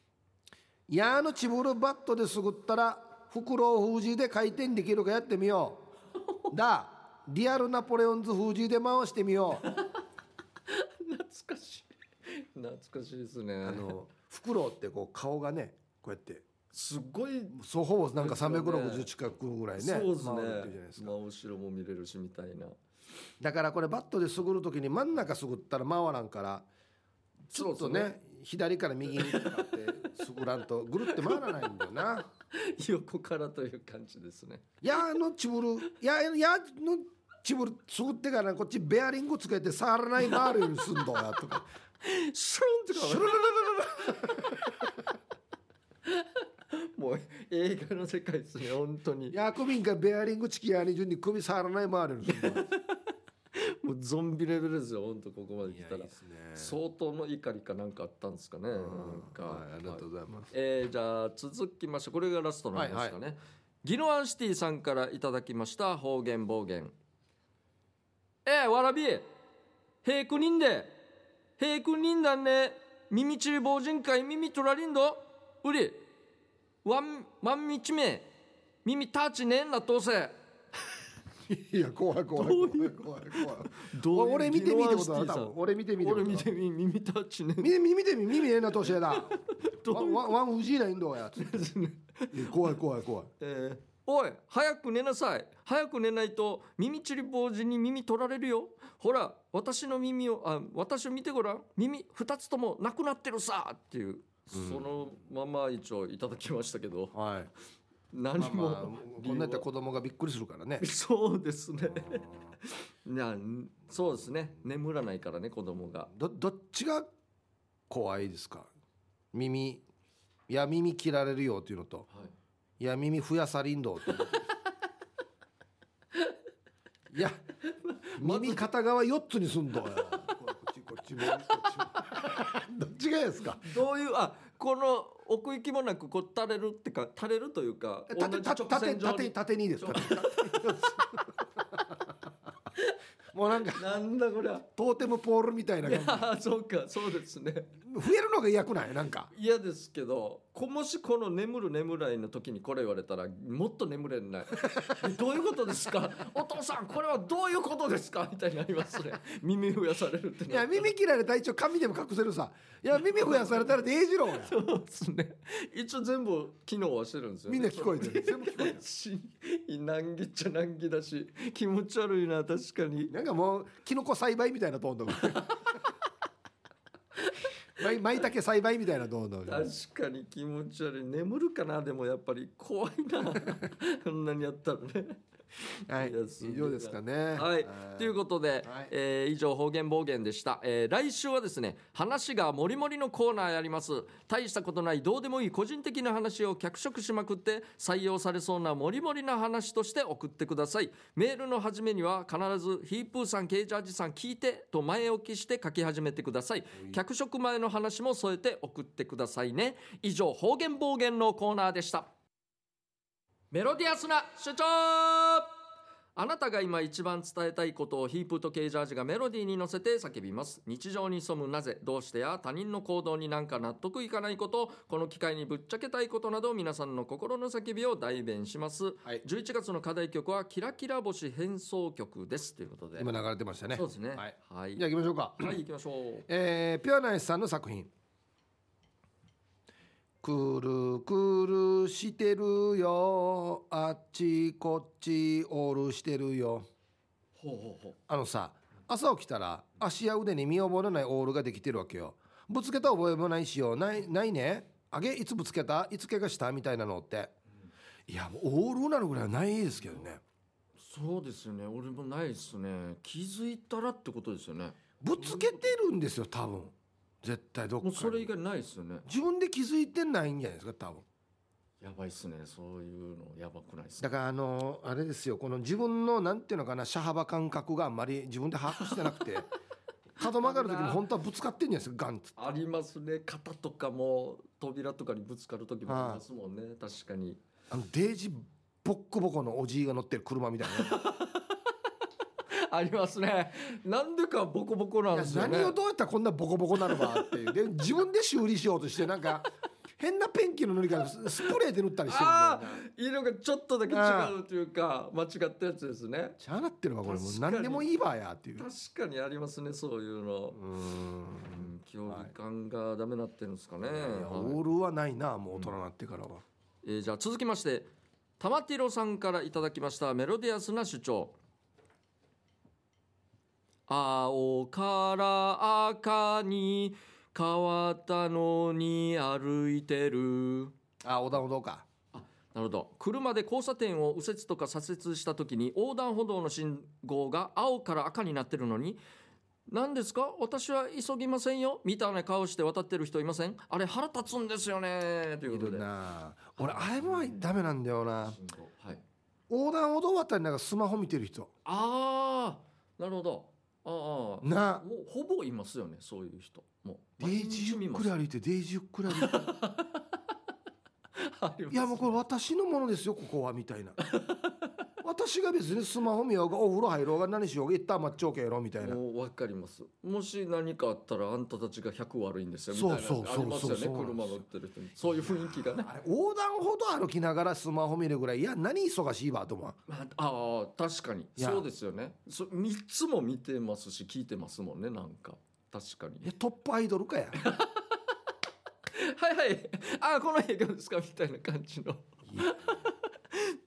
S2: 「やーのちぶるバットですぐったら袋を封じで回転できるかやってみよ う」だリアルナポレオンズ封じで回してみよう
S1: 懐かしい懐かしいですね。
S2: あの袋ってこう顔がねこうやって
S1: すごい、
S2: そうほぼなんか
S1: ですよね
S2: 360近くぐらいね
S1: そうですね
S2: 回るっていうじゃないです。か
S1: 真後ろも見れるしみたいな。
S2: だからこれバットですぐる時に真ん中すぐったら回らんからちょっとね
S1: そうで
S2: 左から右にとかってすぐらんとぐるって回らないんだよな。
S1: 横からという感じですね。
S2: やあのちぶるやあやあのちぶるすぐってからこっちベアリングつけて触らない回るようにすんだよと か
S1: シュンとか
S2: シュルルルル
S1: もう映画の世界ですね本当に
S2: ル。役民がベアリングチキやに順に首触らない回るようにすんだよ
S1: もうゾンビレベルですよ本当ここまで来たら。
S2: すね
S1: 相当の怒りかなんかあったんですかね。なんか、
S2: はい、ありがとうございます、
S1: えーじゃあ続きましてこれがラストなんですかね、
S2: はい
S1: ギノアンシティさんからいただきました方言暴言えー、わらび平九人で平九人だね耳ちり防人会耳とらりんどうりわんまんみちめ耳たちねんなとせ
S2: いや怖い怖い怖い怖い怖い
S1: どういう
S2: 俺見てみってことだ
S1: ギノ
S2: な
S1: アンシティさん
S2: 多分俺見てみってこ
S1: 俺
S2: と
S1: 見
S2: だ
S1: てみ耳たちねん
S2: 見て見てみ耳ええな年やだワ
S1: どう
S2: ン
S1: いう
S2: ワンワン藤井ラインドやつ って
S1: ですね
S2: いや怖い怖い怖い
S1: えーおい早く寝なさい早く寝ないと耳ちり坊主に耳取られるよほら私の耳をあ私を見てごらん耳2つともなくなってるさっていう、そのまま一応いただきましたけど
S2: はい
S1: 何
S2: まあ
S1: も、
S2: まあこんなんやったら子供がびっくりするからね
S1: そうです ねいやんそうですね眠らないからね子供が
S2: どどっちが怖いですか耳いや耳切られるよっていうのと
S1: はい
S2: いや耳増やさりんどうっ ていうのいや耳片側4つにすんどうやこっちこっちもこっちも どっちがですか
S1: どういうあこの奥行きもなくこう垂れるってか垂れるというか
S2: え縦
S1: 同じ
S2: 縦
S1: 直線
S2: 縦
S1: 上に
S2: 縦縦にで
S1: ち
S2: す
S1: ょ
S2: 縦にもうなんか
S1: なんだこりゃ
S2: トーテムポールみたいない感じ
S1: や そうかそうですね
S2: 増えるのが嫌くないなんか
S1: 嫌ですけどこもしこの眠る眠らいの時にこれ言われたらもっと眠れない どういうことですかお父さんこれはどういうことですかみたいになりますね耳増やされるって
S2: い
S1: な
S2: や
S1: ったら
S2: 耳切られたら一応髪でも隠せるさいや耳増やされたらでええじろうや
S1: そうですね一応全部機能はしてるんですよ、ね、
S2: みんな聞こえ てる全部聞こえて
S1: し難儀っちゃ難儀だし気持ち悪いな確かに
S2: るなんかもうキノコ栽培みたいなトーン とかまいまいたけ栽培みたいなトーンとか
S1: 確かに 気持ち悪い眠るかなでもやっぱり怖いなこんなにやったらね
S2: はい
S1: 休んで
S2: 以上ですかね
S1: はい、ということで、えー以上方言暴言でした、えー来週はですね話がもりもりのコーナーやります大したことないどうでもいい個人的な話を脚色しまくって採用されそうなもりもりな話として送ってくださいメールの始めには必ず「ヒープーさんケージャージさん聞いて」と前置きして書き始めてください脚色前の話も添えて送ってくださいね以上方言暴言のコーナーでしたメロディアスな主張あなたが今一番伝えたいことをヒープとケージャージがメロディーに乗せて叫びます日常に潜むなぜどうしてや他人の行動になんか納得いかないことこの機会にぶっちゃけたいことなど皆さんの心の叫びを代弁します、
S2: い
S1: 11月の課題曲は「キラキラ星変奏曲」ですということで
S2: 今流れてましたね
S1: そうですね
S2: はい、
S1: はい
S2: じゃあ行きましょうか
S1: はい行きましょう
S2: えーピュアナイスさんの作品「くるくるしてるよあっちこっちオールしてるよ
S1: ほうほうほう」
S2: あのさ朝起きたら足や腕に見覚えのないオールができてるわけよぶつけた覚えもないしよないないねあげいつぶつけたいつ怪我したみたいなのっていやもうオールなるぐらいはないですけどね
S1: そうですよね俺もないですね気づいたらってことですよね
S2: ぶつけてるんですよ多分絶対どっか
S1: もう
S2: に
S1: それ以外ないですよね
S2: 自分で気づいてないんじゃないですか多分
S1: やばいっすねそういうのやばくないっす
S2: だ
S1: ね
S2: からあのあれですよこの自分のなんていうのかな車幅感覚があんまり自分で把握してなくて 角曲がる時も本当はぶつかってんじゃないですかガンつって
S1: ありますね肩とかも扉とかにぶつかる時もありますもんね、確かに
S2: あのデージボッコボコのおじいが乗ってる車みた いな
S1: ありますねなんでかボコボコなんですよ
S2: いや
S1: ね
S2: 何をどうやったらこんなボコボコなのかっていうで自分で修理しようとしてなんか変なペンキの塗り方ススプレーで塗ったりしてるんだよ
S1: あ
S2: ね
S1: あ色がちょっとだけ違うというか間違ったやつですね
S2: しゃあなってるわこれもう
S1: 確かに
S2: 何でもいいわやっていう
S1: 確かにありますねそういうの
S2: う、ーん
S1: うん、距離感がダメなってるんですかね、
S2: い
S1: は
S2: や
S1: い
S2: オールはないなもう大人になってからは、
S1: えーじゃあ続きまして玉ティロさんからいただきましたメロディアスな主張青から赤に変わったのに歩いてる
S2: あ横断歩道か
S1: なるほど車で交差点を右折とか左折した時に横断歩道の信号が青から赤になってるのに何ですか私は急ぎませんよみたいな顔して渡ってる人いませんあれ腹立つんですよねという
S2: い
S1: こと
S2: る
S1: で
S2: な俺あれもダメなんだよな
S1: 信号はい
S2: 横断歩道渡りなんかスマホ見てる人
S1: ああなるほどああ
S2: な
S1: もうほぼいますよねそういう人もう
S2: デイジーゆっくり
S1: 毎日見ます
S2: 歩いてデイジーゆっくり歩いて
S1: あります
S2: いやもうこれ私のものですよここはみた いな私が別にスマホ見ようがお風呂入ろうが何しようが一旦待っちゃおうけやろみたいな
S1: もう分かりますもし何かあったらあんたたちが100悪いんですよみたいな
S2: そうそう
S1: ありますよね
S2: そうそうそう
S1: 車乗ってる人にそういう雰囲気がね
S2: あれ横断歩道歩きながらスマホ見るぐらいいや何忙しいわと思う
S1: まあああ確かに
S2: いや
S1: そうですよねそ3つも見てますし聞いてますもんねなんか確か
S2: いや
S1: に
S2: トップアイドルかや
S1: はいはいああこの映画ですかみたいな感じの
S2: いや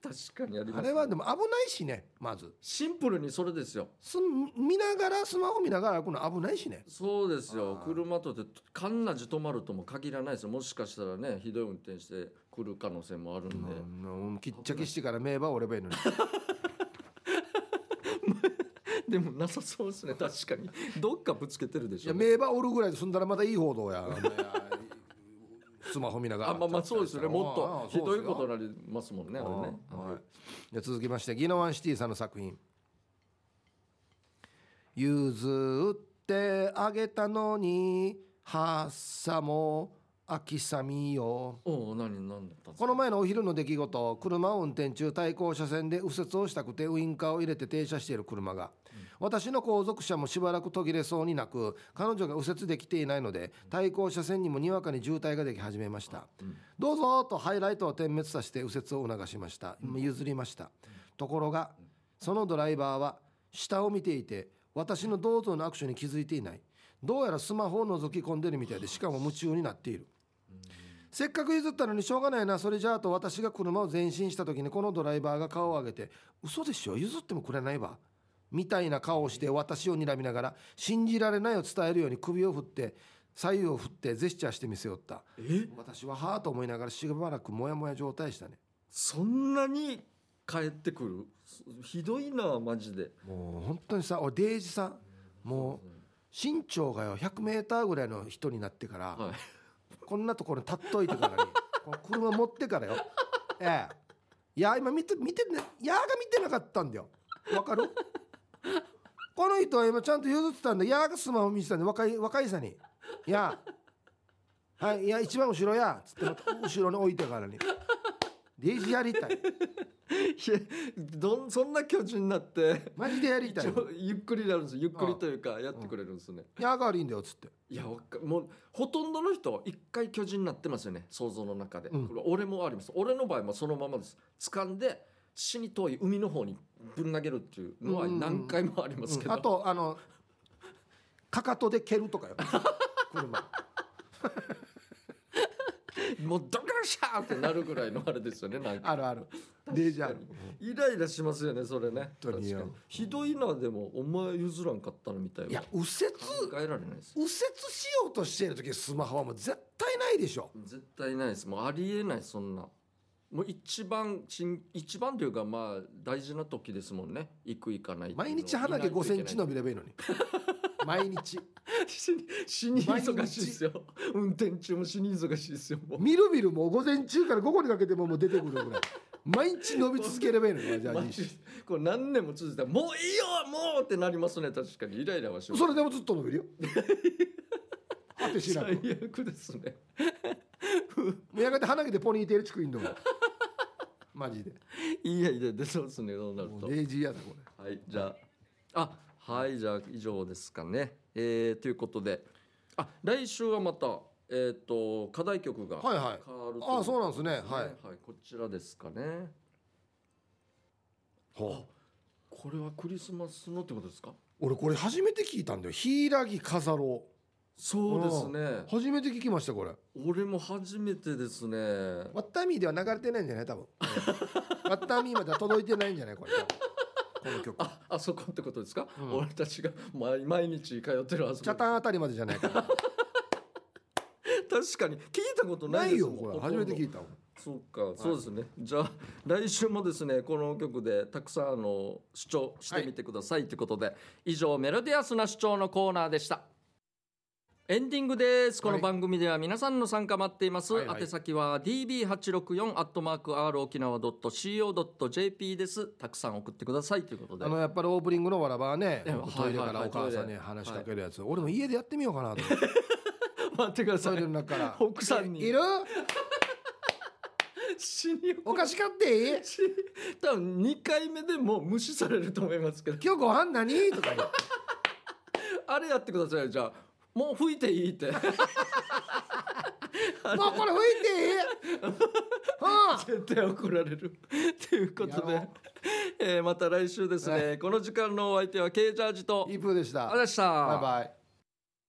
S1: 確かにあります、
S2: あれはでも危ないしねまず
S1: シンプルにそれですよ
S2: す見ながらスマホ見ながら歩くの危ないしね
S1: そうですよ
S2: あー
S1: 車とてカンナジ止まるとも限らないですよもしかしたらねひどい運転してくる可能性もあるんで、
S2: うんうんきっちゃけしてから名場折ればいいのに
S1: でもなさそうですね確かにどっかぶつけてるで
S2: い
S1: しょ
S2: や名場折るぐらいで済んだらまたいい報道やスマホ見ながら
S1: あまあまあそうですよねもっ
S2: あああ
S1: と
S2: あ
S1: ひどいこ
S2: そ
S1: と
S2: う
S1: になりますもんねあれね
S2: ですよ
S1: は
S2: はいいじゃあ続きましてギノワンシティさんの作品「譲ってあげたのにはっさも秋さみよ」
S1: おお何何だったんです
S2: こ
S1: か
S2: の前のお昼の出来事車を運転中対向車線で右折をしたくてウインカーを入れて停車している車が、私の後続車もしばらく途切れそうになく彼女が右折できていないので対向車線にもにわかに渋滞ができ始めました、どうぞとハイライトを点滅させて右折を促しました譲りました、ところがそのドライバーは下を見ていて私の同等のアクションに気づいていないどうやらスマホを覗き込んでるみたいでしかも夢中になっているせっかく譲ったのにしょうがないなそれじゃあと私が車を前進した時にこのドライバーが顔を上げて「嘘でしょ譲ってもくれないわ」みたいな顔をして私を睨みながら「信じられない」を伝えるように首を振って左右を振ってジェスチャーして見せよった
S1: え
S2: 私ははあと思いながらしばらくモヤモヤ状態したね
S1: そんなに帰ってくるひどいなマジで
S2: もう本当にさ俺デイジさんもう身長がよ 100m ぐらいの人になってから、
S1: はい
S2: こんなところに立っといてからにこの車持ってからよええいや今見て見てねいやーが見てなかったんだよわかるこの人は今ちゃんと譲ってたんでやーがスマホ見てたんで若い若いさに「やーはいいや一番後ろや」つってまた後ろに置いてからにデイジやりたい
S1: いやどんそんな巨人になって
S2: マジでやりたい
S1: 一応ゆっくりになるんですよゆっくりというかやってくれるんですね、
S2: ヤーが悪いんだよっつって
S1: いやわかもうほとんどの人一回巨人になってますよね想像の中で、
S2: うん
S1: これ俺もあります俺の場合もそのままです掴んで死に遠い海の方にぶん投げるっていうのは
S2: うんうんうん
S1: 何回もありますけど、
S2: あとあのかかとで蹴るとかよ車
S1: もうドカシャーってなるぐらいのあれですよねなんか
S2: あるあるデイジある
S1: イライラしますよねそれね
S2: 本当によ
S1: 確かにひどいなでもお前譲らんかったのみたい
S2: い
S1: な
S2: や右折
S1: 考えられないです
S2: 右折しようとしている時スマホはもう絶対ないでしょ
S1: 絶対ないですもうありえないそんなもう一番ちん一番というかまあ大事な時ですもんね行く行かないっていうの
S2: 毎日鼻
S1: い
S2: 毛
S1: ないとい
S2: 5
S1: けな
S2: セ
S1: い
S2: ンチ伸びればいいのに毎日
S1: 死に死に忙しいですよ運転中も死に忙しいですよもう
S2: みるみるもう午前中から午後にかけてももう出てくるぐらい毎日伸び続ければいいのにじゃ あ
S1: マ
S2: いい
S1: ジ
S2: し
S1: でこれ何年も続いたらもういいよもうってなりますね確かにイライラはします
S2: それでもずっと 伸びるよ果てしなく
S1: 最悪ですね
S2: もうやがて鼻毛でポニーテールチクインドもマジで
S1: いやいや出そうですねそうなる
S2: も
S1: と
S2: うデイジーやだこ
S1: は
S2: れ
S1: いじゃああはいじゃあ以上ですかねえー、ということであ来週はまたえっ、と課題曲が変わ
S2: はいはい
S1: るという
S2: ああそうなんですねはい
S1: はい、こちらですかね
S2: ほ
S1: これはクリスマスのってことですか
S2: 俺これ初めて聞いたんだよ「柊飾ろ
S1: そうですね
S2: う」初めて聞きましたこれ
S1: 俺も初めてですね
S2: ワッタミーでは流れてないんじゃない 多分ワッタミーまでは届いてないんじゃないこれこの曲
S1: ああそこってことですか、
S2: うん
S1: 俺たちが毎毎日通ってるあそ
S2: チャ
S1: こ
S2: タンあたりまでじゃないから
S1: 確かに聞いたこと な
S2: ない
S1: で
S2: い
S1: す
S2: よ
S1: もん
S2: これ
S1: ほと
S2: 初
S1: んど
S2: めて聞いたわ
S1: そうか、そうですね。じゃあ 来週もですねこの曲でたくさんあの主張してみてくださいということで、以上メロディアスな主張のコーナーでした。エンディングです。この
S2: はい
S1: 番組では皆さんの参加待っています。
S2: はいはい
S1: 宛先は db 八六四アットマーク r 沖縄ドット co ドット jp です。たくさん送ってくださいということで
S2: あ。のやっぱりオープニングのわらばはね
S1: え
S2: 僕トイレか
S1: は
S2: ら
S1: いはいはい
S2: お母さんに
S1: トイレ
S2: 話しかけるやつ俺も家でやってみようかなと思って
S1: 待ってくださ
S2: トイレの
S1: い。
S2: 中から
S1: 奥さんに
S2: いる
S1: 死に
S2: お菓子買っていい
S1: 死に多分二回目でもう無視されると思いますけど。
S2: 今日ご飯何とか 言って
S1: あれやってくださいよじゃあもう吹いていいって。
S2: もうこれ吹いていいはあ
S1: 絶対怒られるということ
S2: やろ
S1: で
S2: う、
S1: えーまた来週ですね、
S2: は
S1: この時間のお相手は K ジャージと
S2: イープーでした
S1: ありがとうございました
S2: バイバイ